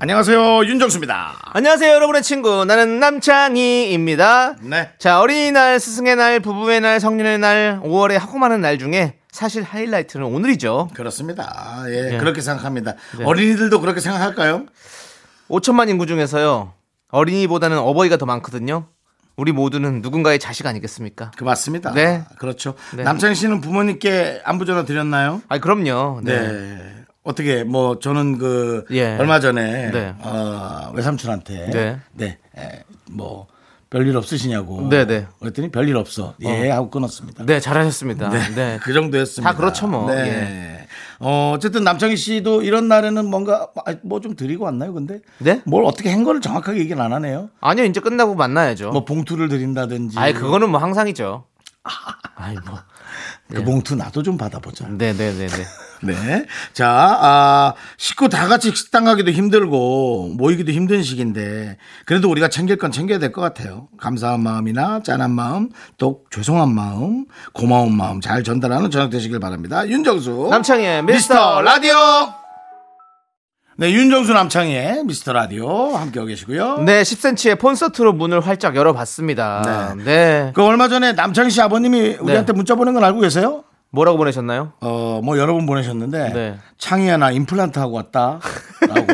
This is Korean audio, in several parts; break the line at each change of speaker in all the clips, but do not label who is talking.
안녕하세요 윤정수입니다.
안녕하세요, 여러분의 친구. 나는 남창희입니다.
네.
자, 어린이날, 스승의 날, 부부의 날, 성년의 날, 5월에 하고 많은 날 중에 사실 하이라이트는 오늘이죠.
그렇습니다. 예,
예.
그렇게 생각합니다.
네.
어린이들도 그렇게 생각할까요?
5천만 인구 중에서요, 어린이보다는 어버이가 더 많거든요. 우리 모두는 누군가의 자식 아니겠습니까?
그 맞습니다.
네.
그렇죠.
네.
남창희 씨는 부모님께 안부 전화 드렸나요?
아, 그럼요.
네.
네.
어떻게 뭐 저는 그
예.
얼마 전에
네.
어, 외삼촌한테
네.
네. 에, 뭐 별일 없으시냐고
네, 네.
그랬더니 별일 없어. 예 하고 끊었습니다.
네, 잘하셨습니다. 네.
그 정도였습니다.
다 그렇죠, 뭐.
네. 어, 어쨌든 남창희 씨도 이런 날에는 뭔가 뭐 좀 드리고 왔나요? 근데
네?
뭘 어떻게 한 거를 정확하게 얘기는 안 하네요.
아니요, 이제 끝나고 만나야죠.
뭐 봉투를 드린다든지
아이, 그거는 뭐 항상이죠. 아이, 뭐.
그 봉투 나도 좀 받아보자.
네네네네.
네. 자, 아, 식구 다 같이 식당 가기도 힘들고 모이기도 힘든 시기인데 그래도 우리가 챙길 건 챙겨야 될 것 같아요. 감사한 마음이나 짠한 마음, 또 죄송한 마음, 고마운 마음 잘 전달하는 저녁 되시길 바랍니다. 윤정수.
남창희의
미스터
미스터
라디오. 네, 윤정수 남창희의 미스터 라디오 함께하고 계시고요.
네, 10cm의 콘서트로 문을 활짝 열어봤습니다.
네.
네.
그 얼마 전에 남창희 씨 아버님이 우리한테 문자 보낸 건 알고 계세요?
뭐라고 보내셨나요?
어, 뭐 여러 분 보내셨는데
네.
창희야 나 임플란트 하고 왔다라고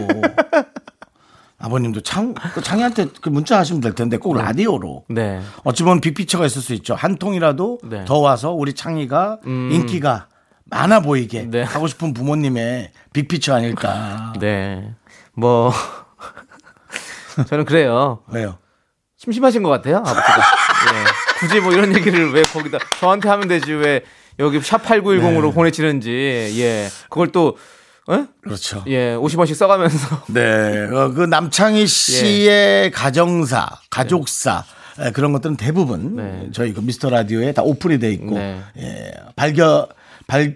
아버님도 창, 그 창희한테 그 문자 하시면 될 텐데 꼭 라디오로
네.
어찌 보면 빅피처가 있을 수 있죠 한 통이라도
네. 음.
더 와서 우리 창희가 인기가 많아 보이게
네.
하고 싶은 부모님의 빅피처 아닐까
네. 뭐 저는 그래요.
왜요?
심심하신 것 같아요. 아버지가. 예. 굳이 뭐 이런 얘기를 왜 거기다 저한테 하면 되지 왜 여기 샵 8910으로
네.
보내시는지 예 그걸 또 어?
그렇죠.
예 50원씩 써가면서
네, 어, 그 남창희 씨의
예.
가정사, 가족사 에, 그런 것들은 대부분
네.
저희 그 미스터 라디오에 다 오픈이 돼 있고
네.
예, 발견 발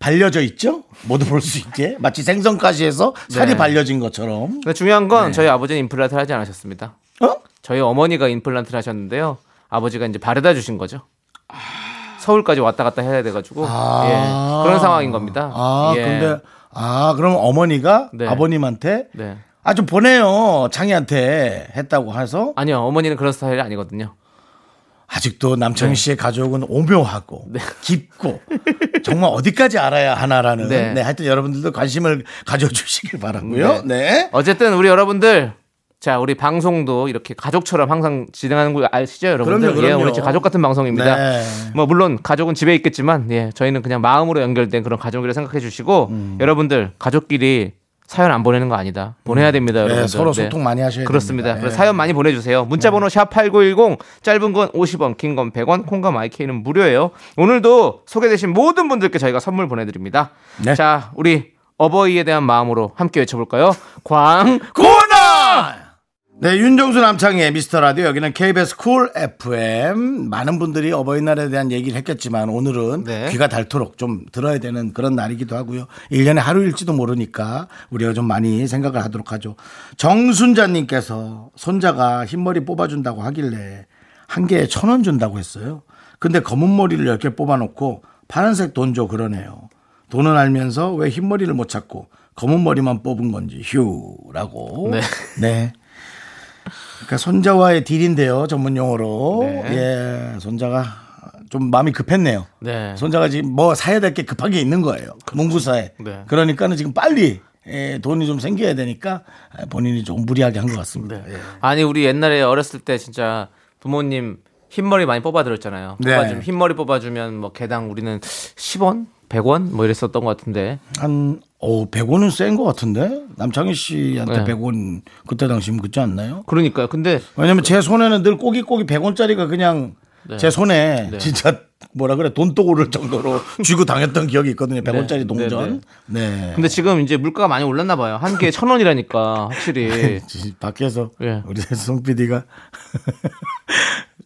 발려져 있죠. 모두 볼 수 있게 마치 생선가시에서 살이
네.
발려진 것처럼.
근데 중요한 건
네.
저희 아버지는 임플란트를 하지 않으셨습니다.
어?
저희 어머니가 임플란트를 하셨는데요. 아버지가 이제 바래다 주신 거죠. 서울까지 왔다 갔다 해야 돼가지고 예, 그런 상황인 겁니다.
아,
예.
근데 아, 그럼 어머니가
네.
아버님한테
네.
아 좀 보내요 창희한테 했다고 해서
아니요 어머니는 그런 스타일이 아니거든요.
아직도
네.
남창희 씨의 가족은 오묘하고 깊고 정말 어디까지 알아야 하나라는 네.
네.
하여튼 여러분들도 관심을 가져주시길 바라고요. 네.
어쨌든 우리 여러분들 자 우리 방송도 이렇게 가족처럼 항상 진행하는 거 아시죠 여러분들?
그럼요,
예,
그럼요.
우리 진짜 가족 같은 방송입니다.
네.
뭐 물론 가족은 집에 있겠지만 예 저희는 그냥 마음으로 연결된 그런 가족이라 생각해 주시고
음.
여러분들 가족끼리 사연 안 보내는 거 아니다 보내야 됩니다 네, 여러분들
음. 네, 서로 소통 많이 하셔야
그렇습니다
됩니다.
그래서
예.
사연 많이 보내주세요 문자번호 샵 #8910 짧은 건 50원 긴 건 100원 콩과 마이케이는 무료예요 오늘도 소개되신 모든 분들께 저희가 선물 보내드립니다
네.
자 우리 어버이에 대한 마음으로 함께 외쳐볼까요 광
고나! 네, 윤정수 남창희의 미스터 라디오 여기는 KBS 쿨 FM 많은 분들이 어버이날에 대한 얘기를 했겠지만 오늘은
네.
귀가 닳도록 좀 들어야 되는 그런 날이기도 하고요. 1년에 하루일지도 모르니까 우리가 좀 많이 생각을 하도록 하죠. 정순자 님께서 손자가 흰머리 뽑아 준다고 하길래 한 개에 천 원 준다고 했어요. 근데 검은 머리를 10개 뽑아 놓고 파란색 돈 줘 그러네요. 돈은 알면서 왜 흰머리를 못 찾고 검은 머리만 뽑은 건지 휴라고. 네.
네.
그러니까 손자와의 딜인데요. 전문 용어로. 예. 손자가 좀 마음이 급했네요.
네.
손자가 지금 뭐 사야 될 게 급하게 있는 거예요. 문구사에.
네.
그러니까는 지금 빨리 예, 돈이 좀 생겨야 되니까 본인이 좀 무리하게 한 것 같습니다.
네.
예.
아니 우리 옛날에 어렸을 때 진짜 부모님 흰머리 많이 뽑아드렸잖아요.
네.
뽑아주면 흰머리 뽑아주면 뭐 개당 우리는 10원, 100원 뭐 이랬었던 것 같은데.
한 오, 100원은 센 것 같은데 남창희 씨한테
네.
100원 그때 당시면 그지 않나요?
그러니까요. 근데
왜냐면 제 손에는 늘 꼬깃꼬깃 100원짜리가 그냥 제 손에 진짜 뭐라 그래 돈 떡오를 정도로 쥐고 당했던 기억이 있거든요. 100원짜리
네,
동전. 네.
근데 지금 이제 물가가 많이 올랐나 봐요. 한 개에 천 원이라니까 확실히.
지- 밖에서
예.
우리 송 PD가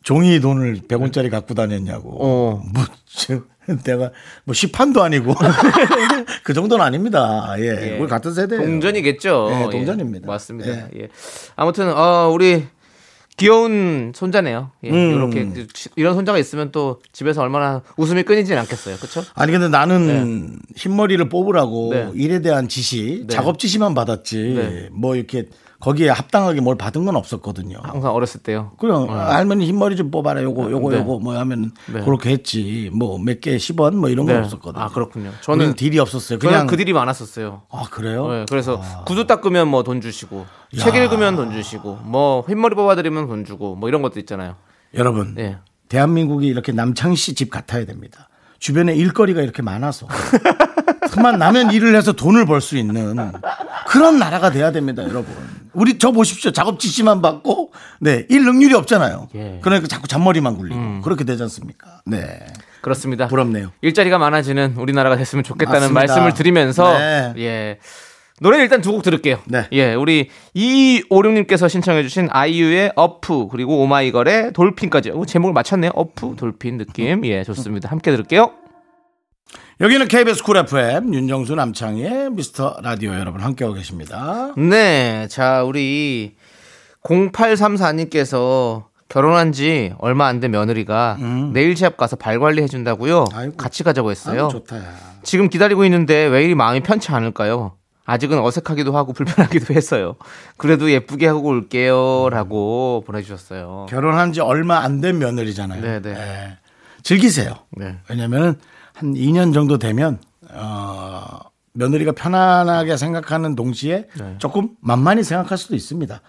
종이 돈을 100원짜리 갖고 다녔냐고.
어.
뭐, 지금 내가 뭐 시판도 아니고 그 정도는 아닙니다. 예.
예.
우리 같은 세대.
동전이겠죠.
예,
예,
동전입니다. 네.
맞습니다. 예. 아무튼 어, 우리 귀여운 손자네요. 예,
음.
이렇게 그 치- 이런 손자가 있으면 또 집에서 얼마나 웃음이 끊이진 않겠어요. 그렇죠?
아니 근데 나는 흰머리를 뽑으라고
네.
일에 대한 지시, 작업 지시만 받았지.
네.
뭐 이렇게 거기에 합당하게 뭘 받은 건 없었거든요.
항상 어렸을 때요.
그럼 할머니 흰머리 좀 뽑아라 요거 요거
아. 네.
요거 뭐 하면
네.
그렇게 했지 뭐 몇 개 10원 뭐 이런 건
네.
없었거든요.
아, 그렇군요. 저는-
저는 딜이 없었어요.
그냥
그냥
그 딜이 많았었어요.
아 그래요?
네, 그래서 구두 닦으면 뭐 돈 주시고 책 읽으면 돈 주시고 뭐 흰머리 뽑아드리면 돈 주고 뭐 이런 것도 있잖아요.
여러분
예.
대한민국이 이렇게 남창희 씨 집 같아야 됩니다. 주변에 일거리가 이렇게 많아서 그만 나면 일을 해서 돈을 벌 수 있는 그런 나라가 돼야 됩니다, 여러분. 우리 저 보십시오. 작업 지시만 받고 네, 일 능률이 없잖아요.
예. 음.
그러니까 자꾸 잔머리만 굴리고 그렇게 되지 않습니까? 네.
그렇습니다.
부럽네요.
일자리가 많아지는 우리나라가 됐으면 좋겠다는
맞습니다.
말씀을 드리면서
네.
예. 노래 일단 두 곡 들을게요.
네.
예, 우리 256님께서 신청해주신 아이유의 어프 그리고 오마이걸의 돌핀까지 오, 제목을 맞췄네요. 어프 돌핀 느낌 예 좋습니다. 함께 들을게요.
여기는 KBS 쿨 FM 윤정수 남창희의 미스터 라디오 여러분 함께하고 계십니다.
네, 자 우리 0834님께서 결혼한 지 얼마 안 된 며느리가 내일 시합 가서 발 관리 해준다고요.
음. 아이고.
같이 가자고 했어요.
아유, 좋다. 야.
지금 기다리고 있는데 왜 이리 마음이 편치 않을까요? 아직은 어색하기도 하고 불편하기도 했어요. 그래도 예쁘게 하고 올게요라고 보내주셨어요.
결혼한 지 얼마 안 된 며느리잖아요.
네, 네.
예. 즐기세요.
네.
왜냐면은 한 2년 정도 되면 어 며느리가 편안하게 생각하는 동시에
네.
조금 만만히 생각할 수도 있습니다.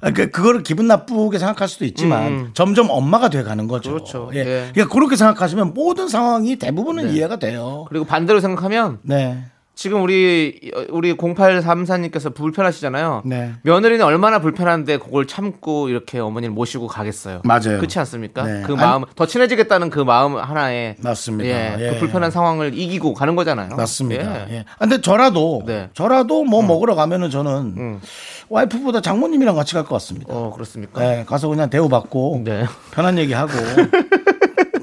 그러니까 그거를 기분 나쁘게 생각할 수도 있지만 점점 엄마가 돼 가는 거죠.
음. 그렇죠.
예.
네.
그러니까 그렇게 생각하시면 모든 상황이 대부분은 이해가 돼요.
그리고 반대로 생각하면
네.
지금 우리 우리 0834님께서 불편하시잖아요.
네.
며느리는 얼마나 불편한데 그걸 참고 이렇게 어머니를 모시고 가겠어요.
맞아요.
그렇지 않습니까?
네.
그
아니-
마음 더 친해지겠다는 그 마음 하나에
맞습니다.
예,
예.
그 불편한 상황을 이기고 가는 거잖아요.
맞습니다.
예.
예. 아, 근데 저라도
네. 음.
저라도 뭐 먹으러 가면은 저는 와이프보다 장모님이랑 같이 갈 것 같습니다.
어 그렇습니까?
예, 가서 그냥 대우받고
네.
편한 얘기하고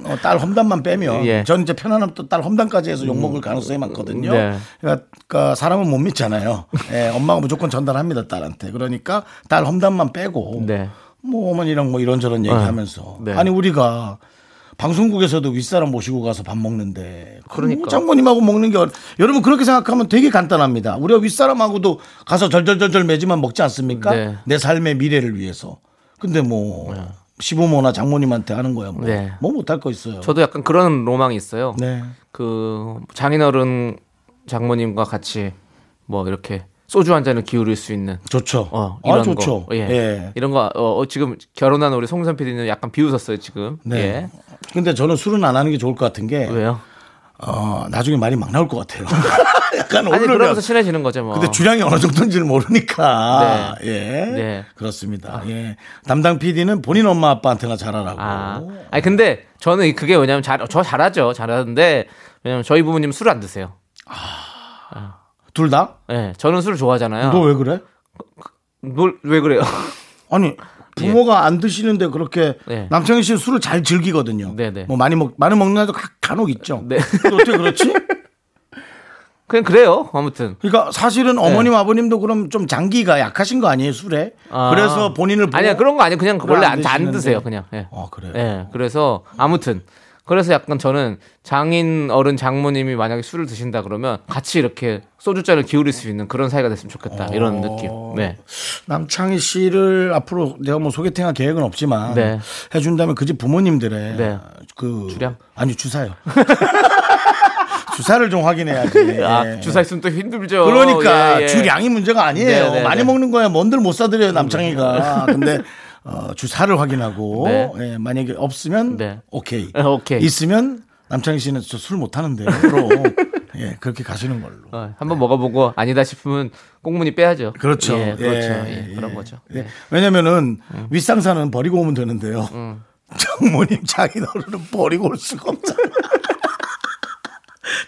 어, 딸 험담만 빼면
예. 음.
저는 이제 편안하면 또 딸 험담까지 해서 욕먹을 가능성이 많거든요.
네.
그러니까 사람은 못 믿잖아요. 예, 엄마가 무조건 전달합니다 딸한테. 그러니까 딸 험담만 빼고
네.
뭐 어머니랑 뭐 이런저런 얘기하면서
네.
아니 우리가 방송국에서도 윗사람 모시고 가서 밥 먹는데
그러니까.
뭐 장모님하고 먹는 게 어려- 여러분 그렇게 생각하면 되게 간단합니다. 우리가 윗사람하고도 가서 절절절절 매지만 먹지 않습니까?
네.
내 삶의 미래를 위해서. 근데 뭐 시부모나 장모님한테 하는 거야 뭐,
네.
뭐 못할 거 있어요.
저도 약간 그런 로망이 있어요.
네.
그 장인어른 장모님과 같이 뭐 이렇게 소주 한 잔을 기울일 수 있는
좋죠.
어 이런
아 좋죠.
거. 예.
예.
이런 거 어, 어, 지금 결혼한 우리 송선 PD는 약간 비웃었어요 지금.
네.
예.
근데 저는 술은 안 하는 게 좋을 것 같은 게
왜요?
어, 나중에 말이 막 나올 것 같아요. 약간
아니
오르면
그러면서 친해지는 거죠 뭐.
근데 주량이 어느 정도인지를 모르니까. 예.
네.
그렇습니다. 예. 담당 PD는 본인 엄마 아빠한테나 잘하라고.
아, 아니 근데 저는 그게 왜냐면 잘, 저 잘하죠, 잘하는데 왜냐면 저희 부모님 술을 안 드세요.
둘 다?
예, 저는 술을 좋아하잖아요.
너 왜 그래?
뭘- 왜 그래요?
아니 부모가 안 드시는데 그렇게
예. 네.
남창희 씨는 술을 잘 즐기거든요.
네, 네.
뭐 많이 먹 많이 먹는 날도 가- 간혹 있죠.
네.
근데 어떻게 그렇지?
그냥 그래요. 아무튼
그러니까
네.
사실은 어머님 아버님도 그럼 좀 장기가 약하신 거 아니에요 술에?
아.
그래서 본인을 보고
아니야 그런 거 아니에요. 그냥
그걸
원래
안
안, 안
드시는데.
드세요, 그냥. 예.
아 그래요.
예, 그래서 아무튼 그래서 약간 저는 장인 어른 장모님이 만약에 술을 드신다 그러면 같이 이렇게 소주잔을 기울일 수 있는 그런 사이가 됐으면 좋겠다 이런
어.
느낌. 네,
남창희 씨를 앞으로 내가 뭐 소개팅할 계획은 없지만
네.
해준다면 그 집 부모님들의
네.
그
주량?
아니 주사요. 주사를 좀 확인해야지.
아,
예.
주사 있으면 또 힘들죠.
그러니까
예, 예.
주량이 문제가 아니에요.
네, 네, 음,
많이
네.
먹는 거야 뭔들 못 사드려요 남창희가. 근데 어, 주사를 확인하고
네.
예, 만약에 없으면
네.
오케이.
어, 오케이.
있으면 남창희 씨는 저 술 못 하는데요. 예, 그렇게 가시는 걸로.
어, 한번 먹어보고 아니다 싶으면 꽁무니 빼야죠.
그렇죠.
예, 그렇죠.
예,
예,
예, 음.
그런 거죠.
예. 왜냐면은 윗상사는 버리고 오면 되는데요. 장모님 장인어른은 버리고 올 수가 없잖아.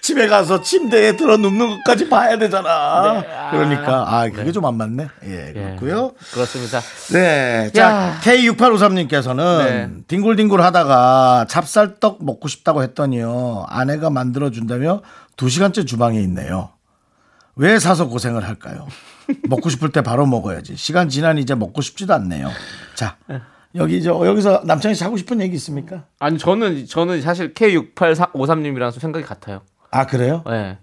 집에 가서 침대에 들어 눕는 것까지 봐야 되잖아. 그러니까 아 그게 좀 안 맞네. 예 그렇고요.
그렇습니다.
네. 자,
야.
K6853님께서는
네.
뒹굴뒹굴 하다가 찹쌀떡 먹고 싶다고 했더니요. 아내가 만들어준다며 두시간째 주방에 있네요. 왜 사서 고생을 할까요? 먹고 싶을 때 바로 먹어야지. 시간 지난 이제 먹고 싶지도 않네요. 자, 여기 저 여기서 남창희 씨 하고 싶은 얘기 있습니까?
아니 저는 저는 사실 K6853님이랑 생각이 같아요.
아, 그래요?
예.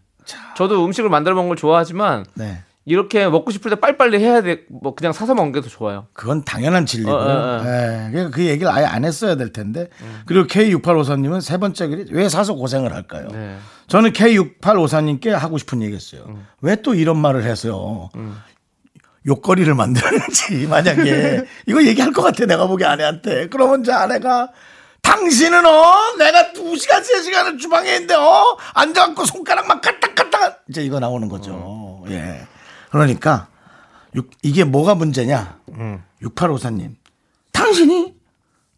저도 음식을 만들어 먹는 걸 좋아하지만
네.
이렇게 먹고 싶을 때 빨리빨리 해야 돼. 뭐 그냥 사서 먹는 게 더 좋아요.
그건 당연한 진리고요.
어, 어, 어.
예, 그러니까 그 얘기를 아예 안 했어야 될 텐데. 그리고 K6853님은 세 번째 글이 왜 사서 고생을 할까요?
네.
저는 K6854님께 하고 싶은 얘기 했어요. 왜 또 이런 말을 해서요? 욕거리를 만드는지, 만약에. 이거 얘기할 것 같아, 내가 보기 아내한테. 그러면 이제 아내가, 당신은 어? 내가 두시간세시간을 주방에 있는데, 어? 앉아갖고 손가락만 까딱까딱. 이제 이거 나오는 거죠. 예. 그러니까, 육- 이게 뭐가 문제냐? 6854님. 당신이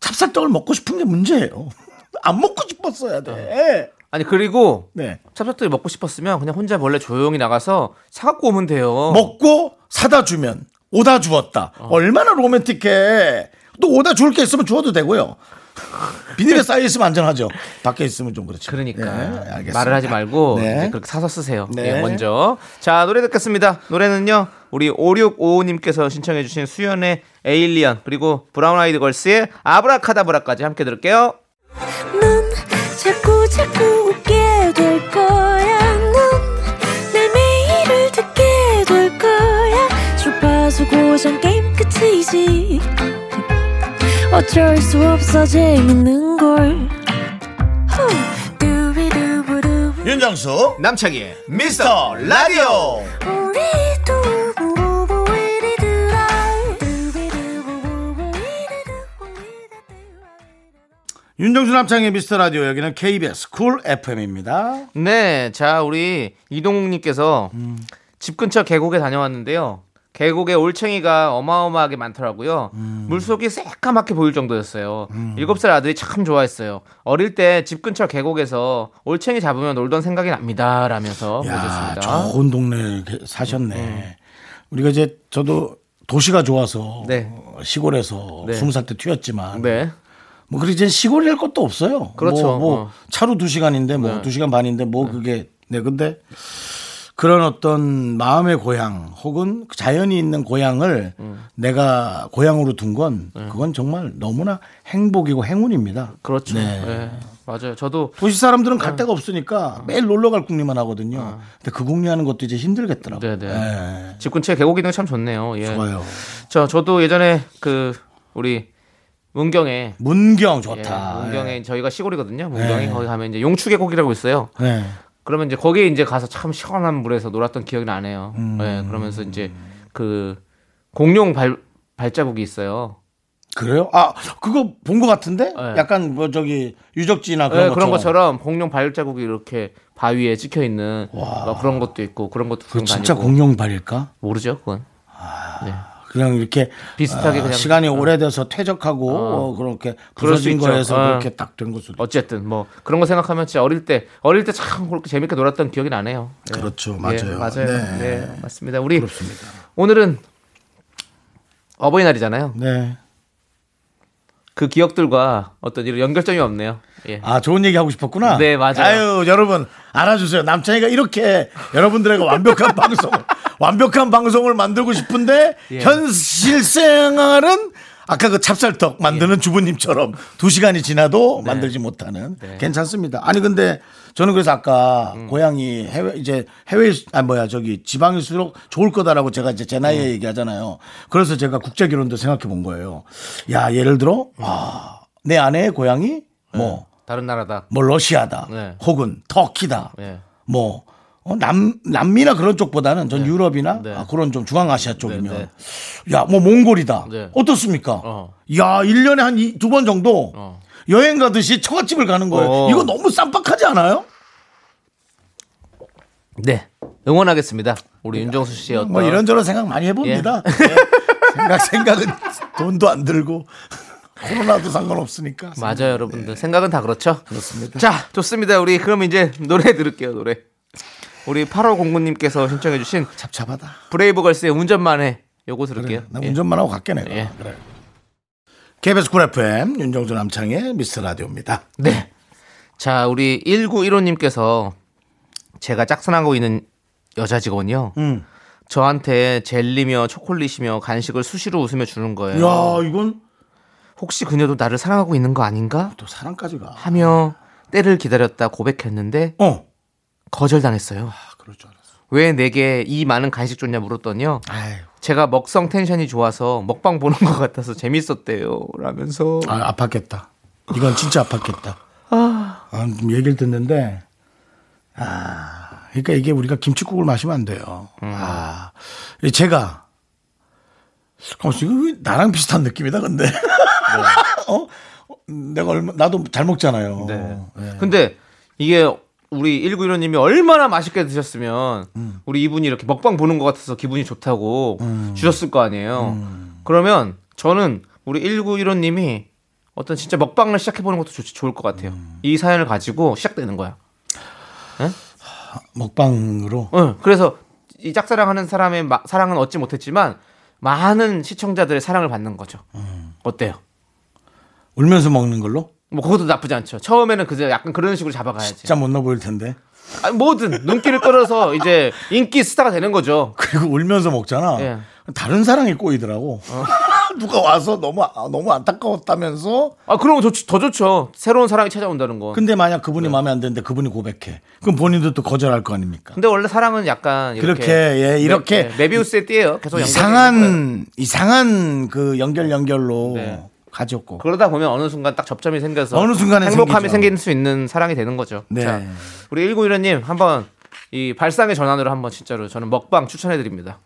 찹쌀떡을 먹고 싶은 게 문제예요. 안 먹고 싶었어야 돼.
아니 그리고
네.
찹쌀떡이 먹고 싶었으면 그냥 혼자 원래 조용히 나가서 사갖고 오면 돼요.
먹고 사다 주면 오다 주었다.
어.
얼마나 로맨틱해. 또 오다 주울 게 있으면 주워도 되고요. 비닐에 쌓여 있으면 안전하죠. 밖에 있으면 좀 그렇죠.
그러니까
네, 알겠습니다.
말을 하지 말고
네.
이제 그렇게 사서 쓰세요.
네.
예, 먼저 자 노래 듣겠습니다. 노래는요 우리 5655님께서 신청해주신 수연의 에일리언 그리고 브라운 아이드 걸스의 아브라카다브라까지 함께 들을게요.
넌 자꾸 자꾸 웃게 될 거야. 넌내 매일을 듣게 될 거야. 주파수 고정 게임 끝이지. 어쩔 수 없어 재밌는 걸. 후. 두비두부두.
윤정수
남창희의
미스터 라디오.
우리 두부부부 우리들아. 두비두부부부 우리들아.
윤정수 남창의 미스터 라디오 여기는 KBS 쿨 FM입니다.
네, 자 우리 이동욱님께서
음.
집 근처 계곡에 다녀왔는데요. 계곡에 올챙이가 어마어마하게 많더라고요.
음.
물속이 새까맣게 보일 정도였어요. 일곱 살 아들이 참 좋아했어요. 어릴 때 집 근처 계곡에서 올챙이 잡으면 놀던 생각이 납니다. 라면서
야,
보내주셨습니다.
좋은 동네 사셨네. 우리가 이제 저도 도시가 좋아서
네.
어, 시골에서
네.
스무 살 때 튀었지만
네.
뭐 그리 이제 시골이랄 것도 없어요.
그렇죠.
뭐, 뭐
어.
차로 두 시간인데 뭐
네.
두 시간 반인데 뭐 그게 네 근데 그런 어떤 마음의 고향 혹은 그 자연이 있는 고향을
음.
내가 고향으로 둔 건
네.
그건 정말 너무나 행복이고 행운입니다.
그렇죠.
네.
네, 맞아요. 저도
도시 사람들은
네.
갈 데가
어.
없으니까 매일 놀러 갈 궁리만 하거든요. 근데 그 궁리하는 것도 이제 힘들겠더라고요.
네네.
예.
집 근처에 계곡 있는 거 참 좋네요. 예.
좋아요.
저 저도 예전에 그 우리 문경에
문경
예,
좋다.
문경에
예.
저희가 시골이거든요. 문경에
예.
거기 가면 이제 용추계곡이라고 있어요.
네.
그러면 이제 거기에 이제 가서 참 시원한 물에서 놀았던 기억이 나네요.
음.
예, 그러면서 이제 그 공룡 발 발자국이 있어요.
그래요? 아 그거 본 것 같은데?
예.
약간 뭐 저기 유적지나
그런,
아, 그런,
예, 그런 것처럼 공룡 발자국이 이렇게 바위에 찍혀 있는 뭐 그런 것도 있고 그런 것도
그
구경
진짜
다니고.
공룡발일까? 아.
모르죠, 그건. 네.
그냥 이렇게
비슷하게
아,
그냥- 어.
시간이 오래돼서 퇴적하고 어, 그렇게
그럴 수
부서진
있죠.
거에서
어.
그렇게 딱 된 것으로.
어쨌든 뭐 그런 거 생각하면 진짜 어릴 때 어릴 때 참 그렇게 재밌게 놀았던 기억이 나네요. 예.
그렇죠,
예,
맞아요.
맞아요.
네.
네. 맞습니다. 우리 오늘은 어버이날이잖아요.
네.
그 기억들과 어떤 이런 연결점이 없네요. 예.
아 좋은 얘기 하고 싶었구나.
네, 맞아요.
아유 여러분 알아주세요. 남창이가 이렇게 여러분들에게 완벽한 방송, 완벽한 방송을 만들고 싶은데
예.
현실 생활은 아까 그 찹쌀떡
예.
만드는 주부님처럼 두 시간이 지나도
네.
만들지 못하는 괜찮습니다. 아니 근데 저는 그래서 아까
음.
고향이 해외 이제 해외 아 뭐야 저기 지방일수록 좋을 거다라고 제가 이제 제
네.
나이에 얘기하잖아요. 그래서 제가 국제 결혼도 생각해 본 거예요. 야 예를 들어 아, 내 아내의 고향이 뭐
다른 나라다.
뭐 러시아다
네.
혹은 터키다
네.
뭐 어, 남, 남미나 그런 쪽보다는 전 유럽이나
네.
아, 그런 좀 중앙아시아 쪽이면
네,
야, 뭐 몽골이다.
네.
어떻습니까?
어.
야, 1년에 한 두 번 정도
어.
여행 가듯이 처갓집을 가는 거예요.
어.
이거 너무 쌈박하지 않아요?
네. 응원하겠습니다. 우리 윤정수 씨의 어떤
뭐 이런저런 생각 많이 해봅니다. 예. 생각, 생각은 돈도 안 들고 코로나도 상관없으니까.
맞아요, 여러분들. 생각은 다 그렇죠.
그렇습니다.
자, 좋습니다. 우리 그럼 이제 노래 들을게요, 노래. 우리 8호 공구님께서 신청해주신
잡잡하다.
브레이브걸스의 운전만 해. 요거 들을게요.
나
예.
운전만 하고 갈게 내가.
예.
그래. KBS 쿨 FM 윤정수 남창의 미스 라디오입니다.
네. 자, 우리 1915님께서 제가 짝사랑하고 있는 여자 직원이요. 저한테 젤리며 초콜릿이며 간식을 수시로 웃으며 주는
네.
거예요.
야 이건
혹시 그녀도 나를 사랑하고 있는 거 아닌가?
또 사랑까지 가.
하며 때를 기다렸다 고백했는데
어.
거절당했어요.
아 그럴 줄 알았어.
왜 내게 이 많은 간식 줬냐 물었더니요.
아유.
제가 먹성 텐션이 좋아서 먹방 보는 것 같아서 재밌었대요. 라면서
아 아팠겠다. 이건 진짜 아팠겠다. 아, 좀 얘기를 듣는데 아 그러니까 이게 우리가 김치국을 마시면 안 돼요. 아 제가 어, 지금 왜 나랑 비슷한 느낌이다 근데 어 내가 얼마 나도 잘 먹잖아요. 예.
네. 근데 이게 우리 1915님이 얼마나 맛있게 드셨으면 우리 이분이 이렇게 먹방 보는 것 같아서 기분이 좋다고 주셨을 거 아니에요. 그러면 저는 우리 1915님이 어떤 진짜 먹방을 시작해보는 것도 좋, 좋을 것 같아요. 이 사연을 가지고 시작되는 거야.
먹방으로
응, 그래서 이 짝사랑하는 사람의 마- 사랑은 얻지 못했지만 많은 시청자들의 사랑을 받는 거죠. 어때요?
울면서 먹는 걸로
뭐 그것도 나쁘지 않죠. 처음에는 그저 약간 그런 식으로 잡아가야지.
진짜 못나 보일 텐데
아니, 뭐든 눈길을 끌어서 이제 인기 스타가 되는 거죠.
그리고 울면서 먹잖아.
예. 어.
다른 사랑이 꼬이더라고. 누가 와서 너무 아, 너무 안타까웠다면서
아 그럼 더, 더 좋죠. 새로운 사랑이 찾아온다는 건.
근데 만약
네.
그분이 마음에 안 드는데 그분이 고백해. 그럼 본인도 또 거절할 거 아닙니까?
근데 원래 사랑은 약간 이렇게
그렇게, 예, 이렇게
메- 예, 메비우스의 띠예요. 계속 연결이 되는 거예요.
이상한 이상한 그 연결 연결로
네.
가졌고.
그러다 보면 어느 순간 딱 접점이 생겨서
어느 순간에
행복함이
생기죠.
생길 수 있는 사랑이 되는 거죠.
네.
자, 우리 1915님 한번 이 발상의 전환으로 한번 진짜로 저는 먹방 추천해 드립니다.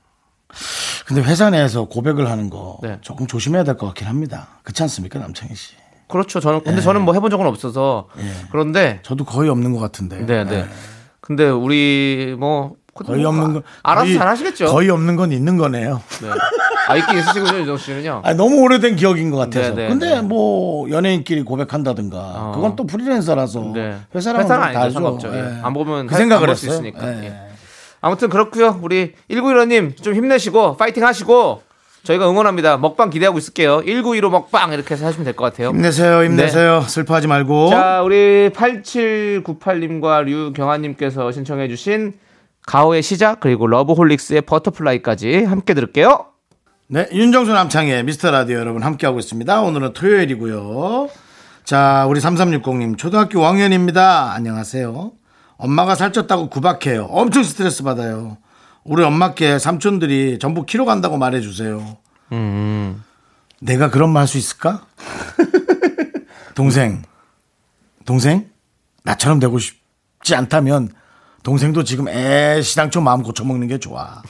근데 회사 내에서 고백을 하는 거
네.
조금 조심해야 될 것 같긴 합니다. 그렇지 않습니까, 남창희 씨?
그렇죠. 저는
네.
근데 저는 뭐 해본 적은 없어서
예.
그런데
저도 거의 없는 것 같은데.
네, 네. 근데 우리 뭐 그래도
거의
뭐
없는 건
아- 알아서
거의-
잘 하시겠죠.
거의 없는 건 있는 거네요.
네. 아 있긴 있으시군요, 유정 씨는요.
아, 너무 오래된 기억인 것 같아서.
네, 네,
근데
네.
뭐 연예인끼리 고백한다든가
어.
그건 또 프리랜서라서
네.
뭐, 회사랑
회사는
좀
아니죠,
다르죠.
상관없죠. 예. 안 보면
그
할-
생각을
안볼수
했어요.
있으니까.
예.
예. 아무튼 그렇고요. 우리 1915님 좀 힘내시고 파이팅 하시고 저희가 응원합니다. 먹방 기대하고 있을게요. 1915 먹방 이렇게 해서 하시면 될 것 같아요.
힘내세요, 힘내세요. 슬퍼하지 말고.
네. 자, 우리 8798님과 류경아님께서 신청해주신 가오의 시작 그리고 러브홀릭스의 버터플라이까지 함께 들을게요.
네, 윤정수 남창의 미스터 라디오 여러분 함께하고 있습니다. 오늘은 토요일이고요. 자, 우리 3360님, 초등학교 5학년입니다. 안녕하세요. 엄마가 살쪘다고 구박해요. 엄청 스트레스 받아요. 우리 엄마께 삼촌들이 전부 키로 간다고 말해주세요. 내가 그런 말 할 수 있을까? 동생, 동생, 나처럼 되고 싶지 않다면 동생도 지금 애시당초 마음 고쳐먹는 게 좋아.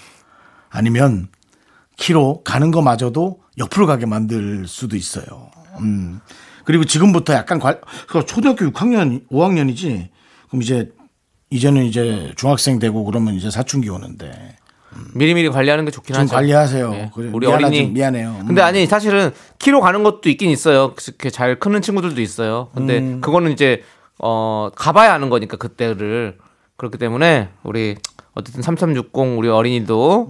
아니면 키로 가는 거마저도 옆으로 가게 만들 수도 있어요. 음. 그리고 지금부터 약간 관, 그거 초등학교 6학년, 5학년이지. 그럼 이제 이제는 이제 중학생 되고 그러면 이제 사춘기 오는데
미리미리 관리하는 게 좋긴
좀
하죠.
관리하세요.
예.
그래,
우리
미안하-
어린이
좀 미안해요. 음.
근데 아니 사실은 키로 가는 것도 있긴 있어요. 그렇게 잘 크는 친구들도 있어요. 근데 그거는 이제 어 가봐야 하는 거니까 그때를 그렇기 때문에 우리 어쨌든 3360 우리 어린이도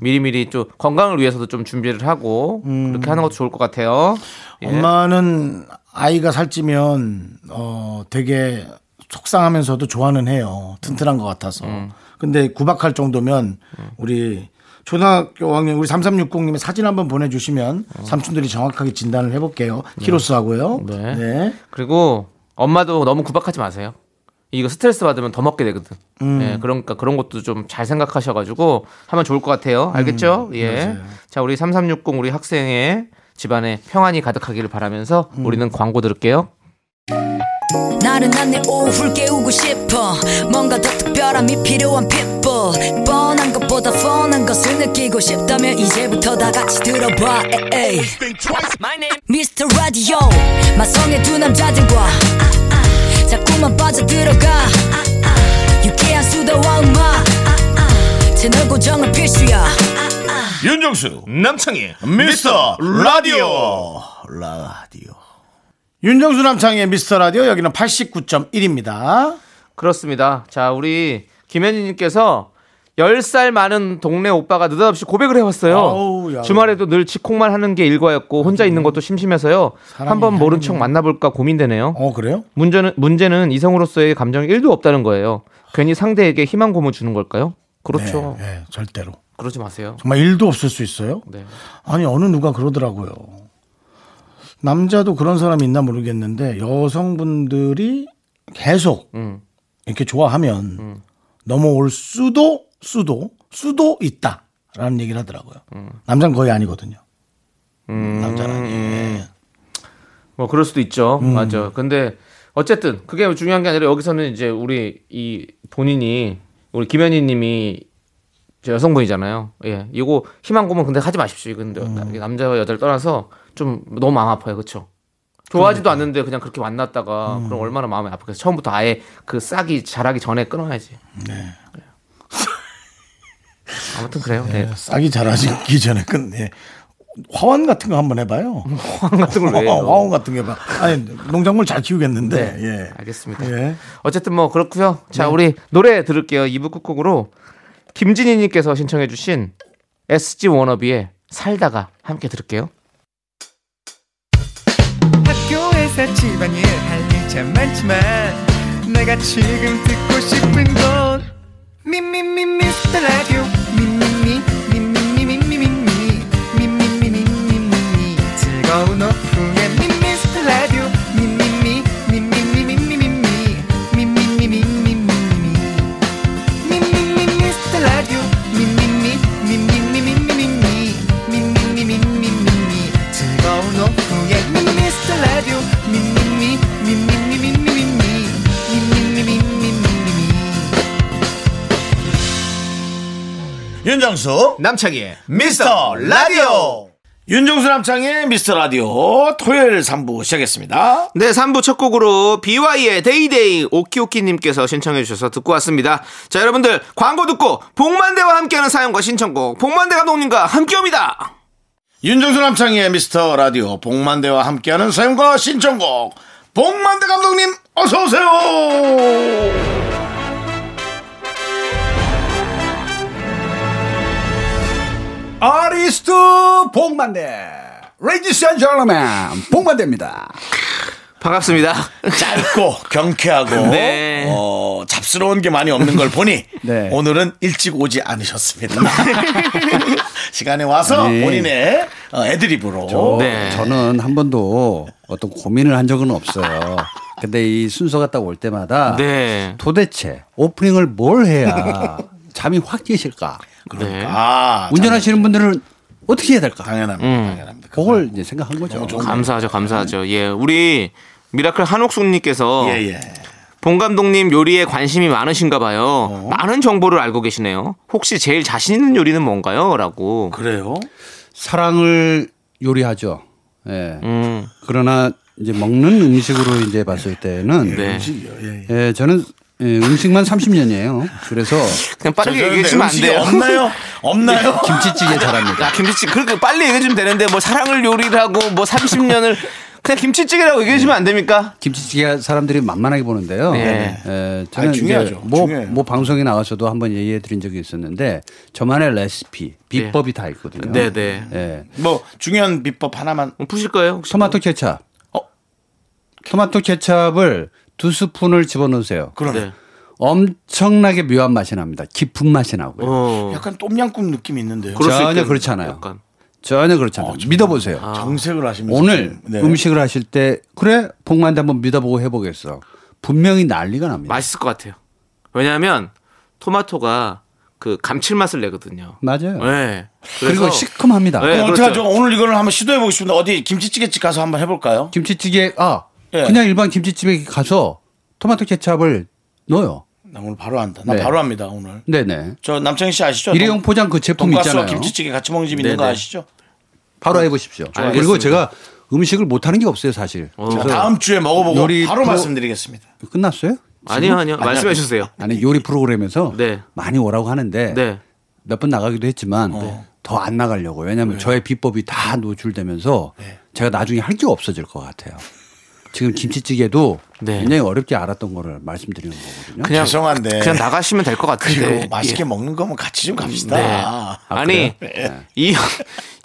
미리미리 좀 건강을 위해서도 좀 준비를 하고 그렇게 하는 것도 좋을 것 같아요. 예.
엄마는 아이가 살찌면 어 되게 속상하면서도 좋아는 해요. 튼튼한 것 같아서.
음.
근데 구박할 정도면 우리 초등학교 5학년 우리 3360님의 사진 한번 보내주시면 삼촌들이 정확하게 진단을 해볼게요. 키로수 하고요.
음. 네.
네.
그리고 엄마도 너무 구박하지 마세요. 이거 스트레스 받으면 더 먹게 되거든.
음.
예, 그러니까 그런 것도 좀 잘 생각하셔가지고 하면 좋을 것
음.
같아요. 알겠죠?
네,
예. 자, 우리 3360 우리 학생의 집안에 평안이 가득하기를 바라면서
음.
우리는 광고 들을게요.
나른한 내 오후를 깨우고 싶어 뭔가 더 특별함이 필요한 people 뻔한 것보다 뻔한 것을 느끼고 싶다면 이제부터 다 같이 들어봐 에이. Mr. Radio 마성의 두 남자들과 자꾸만 빠져들어가 유쾌한 수다와 음악 채널 고정은 필수야
윤정수 남창희 미스터 라디오 라디오 윤정수 남창의 미스터 라디오 여기는 89.1입니다.
그렇습니다. 자, 우리 김현진님께서 10살 많은 동네 오빠가 느닷없이 고백을 해왔어요.
아우, 야. 음.
주말에도 늘 직콕만 하는 게 일과였고 혼자 있는 것도 심심해서요.
사람이
한번 모른 척
하는구나.
만나볼까 고민되네요.
어 그래요?
문제는, 문제는 이성으로서의 감정이 1도 없다는 거예요. 괜히 상대에게 희망 고문 주는 걸까요? 그렇죠.
네, 네, 절대로.
그러지 마세요.
정말 일도 없을 수 있어요.
네.
아니 어느 누가 그러더라고요. 남자도 그런 사람이 있나 모르겠는데 여성분들이 계속
음.
이렇게 좋아하면 넘어올 수도 수도 수도 있다라는 얘기를 하더라고요. 남자는 거의 아니거든요. 남자는 아니에요.
뭐 그럴 수도 있죠. 맞아. 근데 어쨌든 그게 중요한 게 아니라 여기서는 이제 우리 이 본인이 우리 김현희 님이 저 여성분이잖아요. 예. 이거 희망 고문 근데 하지 마십시오. 근데 남자와 여자를 떠나서 좀 너무 마음 아파요. 그렇죠? 좋아하지도 않는데 그냥 그렇게 만났다가 그럼 얼마나 그러니까. 마음이 아프겠어. 처음부터 아예 그 싹이 자라기 전에 끊어야지. 네. 아무튼 그래요. 예.
싹이 자라기 전에 끝내. 예. 화환 같은 거 한번 해봐요.
황 같은 걸 왜? 해요?
화환 같은 거 해봐. 아니 농작물 잘 키우겠는데. 예.
알겠습니다.
예.
어쨌든 뭐 그렇고요. 자, 우리 노래 들을게요. 2부 끝곡으로 김진희 님께서 신청해 주신 SG 워너비의 살다가 함께 들을게요.
학교에서 집안일 할 일 참 많지만 내가 지금 듣고 싶은 건 미미미 미스터 라디오 미미미 미미미 미미미 미미미 미미미 즐거운 오후에 미스터 라디오 미미미 미미미 미미미 미미미 미미미 미미미 미스터 라디오 미미미 미미미 미미미 미미미 미미미 즐거운 오후에 미스터 라디오 미미미 미미미 미미미 미미미 미미미
윤정수
남창희의
미스터 라디오 윤정수 남창의 미스터 라디오 토요일 3부 시작했습니다
네, 3부 첫 곡으로 BY의 데이데이 오키오키 님께서 신청해 주셔서 듣고 왔습니다. 자, 여러분들 광고 듣고 복만대와 함께하는 사연과 신청곡 복만대 감독님과 함께옵니다.
윤정수 남창의 미스터 라디오 복만대와 함께하는 사연과 신청곡 복만대 감독님 어서오세요
아리스트 복만대 레이디스 앤 젤러맨 복만대입니다
어,
반갑습니다.
짧고 경쾌하고
네.
어, 잡스러운 게 많이 없는 걸 보니
네.
오늘은 일찍 오지 않으셨습니다 시간에 와서
아니.
본인의 어,
그렇죠.
애드립으로
네.
저는 한 번도 어떤 고민을 한 적은 없어요 근데 이 순서가 딱 올 때마다
네.
도대체 오프닝을 뭘 해야 잠이 확 깨실까
네.
아
운전하시는 분들은 어떻게 해야 될까 음.
당연합니다 당연합니다
그걸 이제 생각한 거죠
감사하죠, 감사하죠. 예, 우리 미라클 한옥숙님께서
예예
봉 감독님 요리에 관심이 많으신가 봐요. 많은 정보를 알고 계시네요. 혹시 제일 자신 있는 요리는 뭔가요? 라고.
그래요
사랑을 요리하죠 예
음,
그러나 이제 먹는 음식으로 이제 봤을 때는
네.
예, 저는 예, 음식만 30년이에요. 그래서
그냥 빠르게 얘기해 주면 안
음식이
돼요.
없나요? 없나요?
김치찌개 잘합니다.
야, 김치찌 그렇게 빨리 얘기해 주면 되는데 뭐 사랑을 요리라고 뭐 30년을 그냥 김치찌개라고 얘기해 주면 안 됩니까?
김치찌개 사람들이 만만하게 보는데요.
네.
예, 저는
아니, 중요하죠.
이제 뭐,
중요해요.
뭐 방송에 나와서도 한번 얘기해 드린 적이 있었는데 저만의 레시피, 비법이 다 있거든요.
네, 네.
예.
뭐 중요한 비법 하나만
뭐 푸실 거예요? 혹시?
토마토 케찹.
어?
토마토 케찹을 두 스푼을 집어넣으세요.
그러네.
네.
엄청나게 묘한 맛이 납니다. 깊은 맛이 나고요.
어.
네. 약간 똠양꿍 느낌이 있는데요.
그럴 수
전혀
있겠네,
그렇지 않아요.
약간.
전혀 그렇지 않아요. 믿어보세요.
정색을 하시면서
오늘
지금, 네.
음식을 하실 때 그래 복만대 한번 믿어보고 해보겠어. 분명히 난리가 납니다.
맛있을 것 같아요. 왜냐하면 토마토가 그 감칠맛을 내거든요.
맞아요.
네.
그리고 시큼합니다.
네.
그럼
그렇죠.
어떡하죠? 오늘 이걸 한번 시도해 보고 싶은데 어디 김치찌개집 가서 한번 해볼까요?
김치찌개 아
예.
그냥 일반 김치집에 가서 토마토 케첩을 넣어요.
나 오늘 바로 한다. 나
네.
바로 합니다 오늘.
네네.
저 남창희 씨 아시죠?
일회용 포장 그 제품
돈가스와
있잖아요.
김치찌개 같이 먹는 집 있는 거
네네.
아시죠?
바로 해보십시오.
좋아요.
그리고
알겠습니다.
제가 음식을 못하는 게 없어요 사실.
자,
그래서
다음 주에 먹어보고
요리
바로
프로-
말씀드리겠습니다.
끝났어요?
아니요, 아니요. 말씀해 주세요.
아니 요리 프로그램에서
네.
많이 오라고 하는데
네.
몇 번 나가기도 했지만
어.
더 안
네.
나가려고 왜냐하면 저의 비법이 다 노출되면서 제가 나중에 할 게 없어질 것 같아요. 지금 김치찌개도
네.
굉장히 어렵게 알았던 거를 말씀드리는 거거든요.
그냥
죄송한데.
그냥 나가시면 될 것
그리고
네,
같은데.
맛있게
예.
먹는 거면 같이 좀 갑시다.
네.
아,
아, 니 이현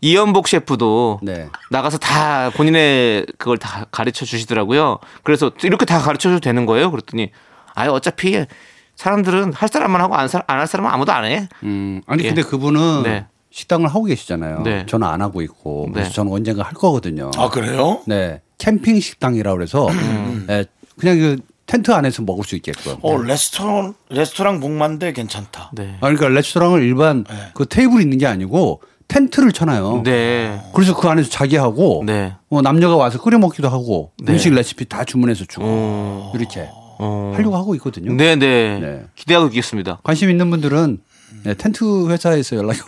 이현복 셰프도
네.
나가서 다 본인의 그걸 다 가르쳐 주시더라고요. 그래서 이렇게 다 가르쳐 줘도 되는 거예요. 그랬더니 아예 어차피 사람들은 할 사람만 하고 안 할 사람은 아무도 안 해.
음, 아니
예.
근데 그분은
네.
식당을 하고 계시잖아요.
네.
저는 안 하고 있고 그래서
네.
저는 언젠가 할 거거든요.
아 그래요?
네 캠핑 식당이라 그래서 예, 그냥 그 텐트 안에서 먹을 수 있게끔.
음. 어 레스토랑 레스토랑 복만데 괜찮다.
네.
아, 그러니까 레스토랑을 일반 그 테이블 있는 게 아니고 텐트를 쳐놔요.
네.
그래서 그 안에서 자기 하고
네.
어, 남녀가 와서 끓여 먹기도 하고
네. 어.
음식 레시피 다 주문해서 주고 이렇게 하려고 하고 있거든요.
네, 네.
네.
기대하고 있겠습니다.
관심 있는 분들은 네, 텐트 회사에서 연락이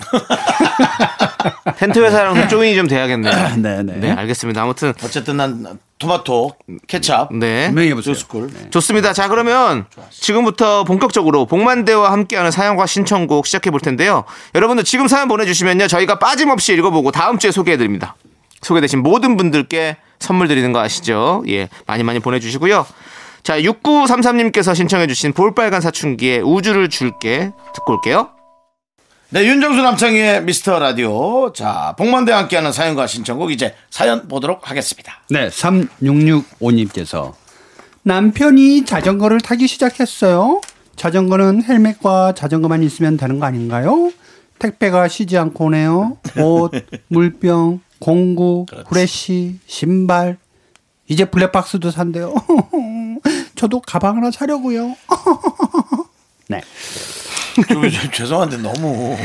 텐트 회사랑 조인이 좀 돼야겠네요.
네, 네.
네, 알겠습니다. 아무튼
어쨌든 난 토마토, 케찹,
음.
네.
분명히 해보세요.
조스쿨.
좋습니다. 자, 그러면 지금부터 본격적으로 복만대와 함께하는 사연과 신청곡 시작해 볼 텐데요. 여러분들 지금 사연 보내주시면요. 저희가 빠짐없이 읽어보고 다음 주에 소개해 드립니다. 소개되신 모든 분들께 선물 드리는 거 아시죠? 예. 많이 많이 보내주시고요. 자, 6933님께서 신청해 주신 볼빨간 사춘기의 우주를 줄게 듣고 올게요.
네 윤정수 남창희의 미스터 라디오. 자 복만대 와 함께하는 사연과 신청곡 이제 사연 보도록 하겠습니다.
네, 3665님께서 남편이 자전거를 타기 시작했어요. 자전거는 헬멧과 자전거만 있으면 되는 거 아닌가요? 택배가 쉬지 않고 오네요. 옷, 물병, 공구, 후레쉬, 신발. 이제 블랙박스도 산대요. 저도 가방 하나 사려고요. 네.
저, 저, 죄송한데 너무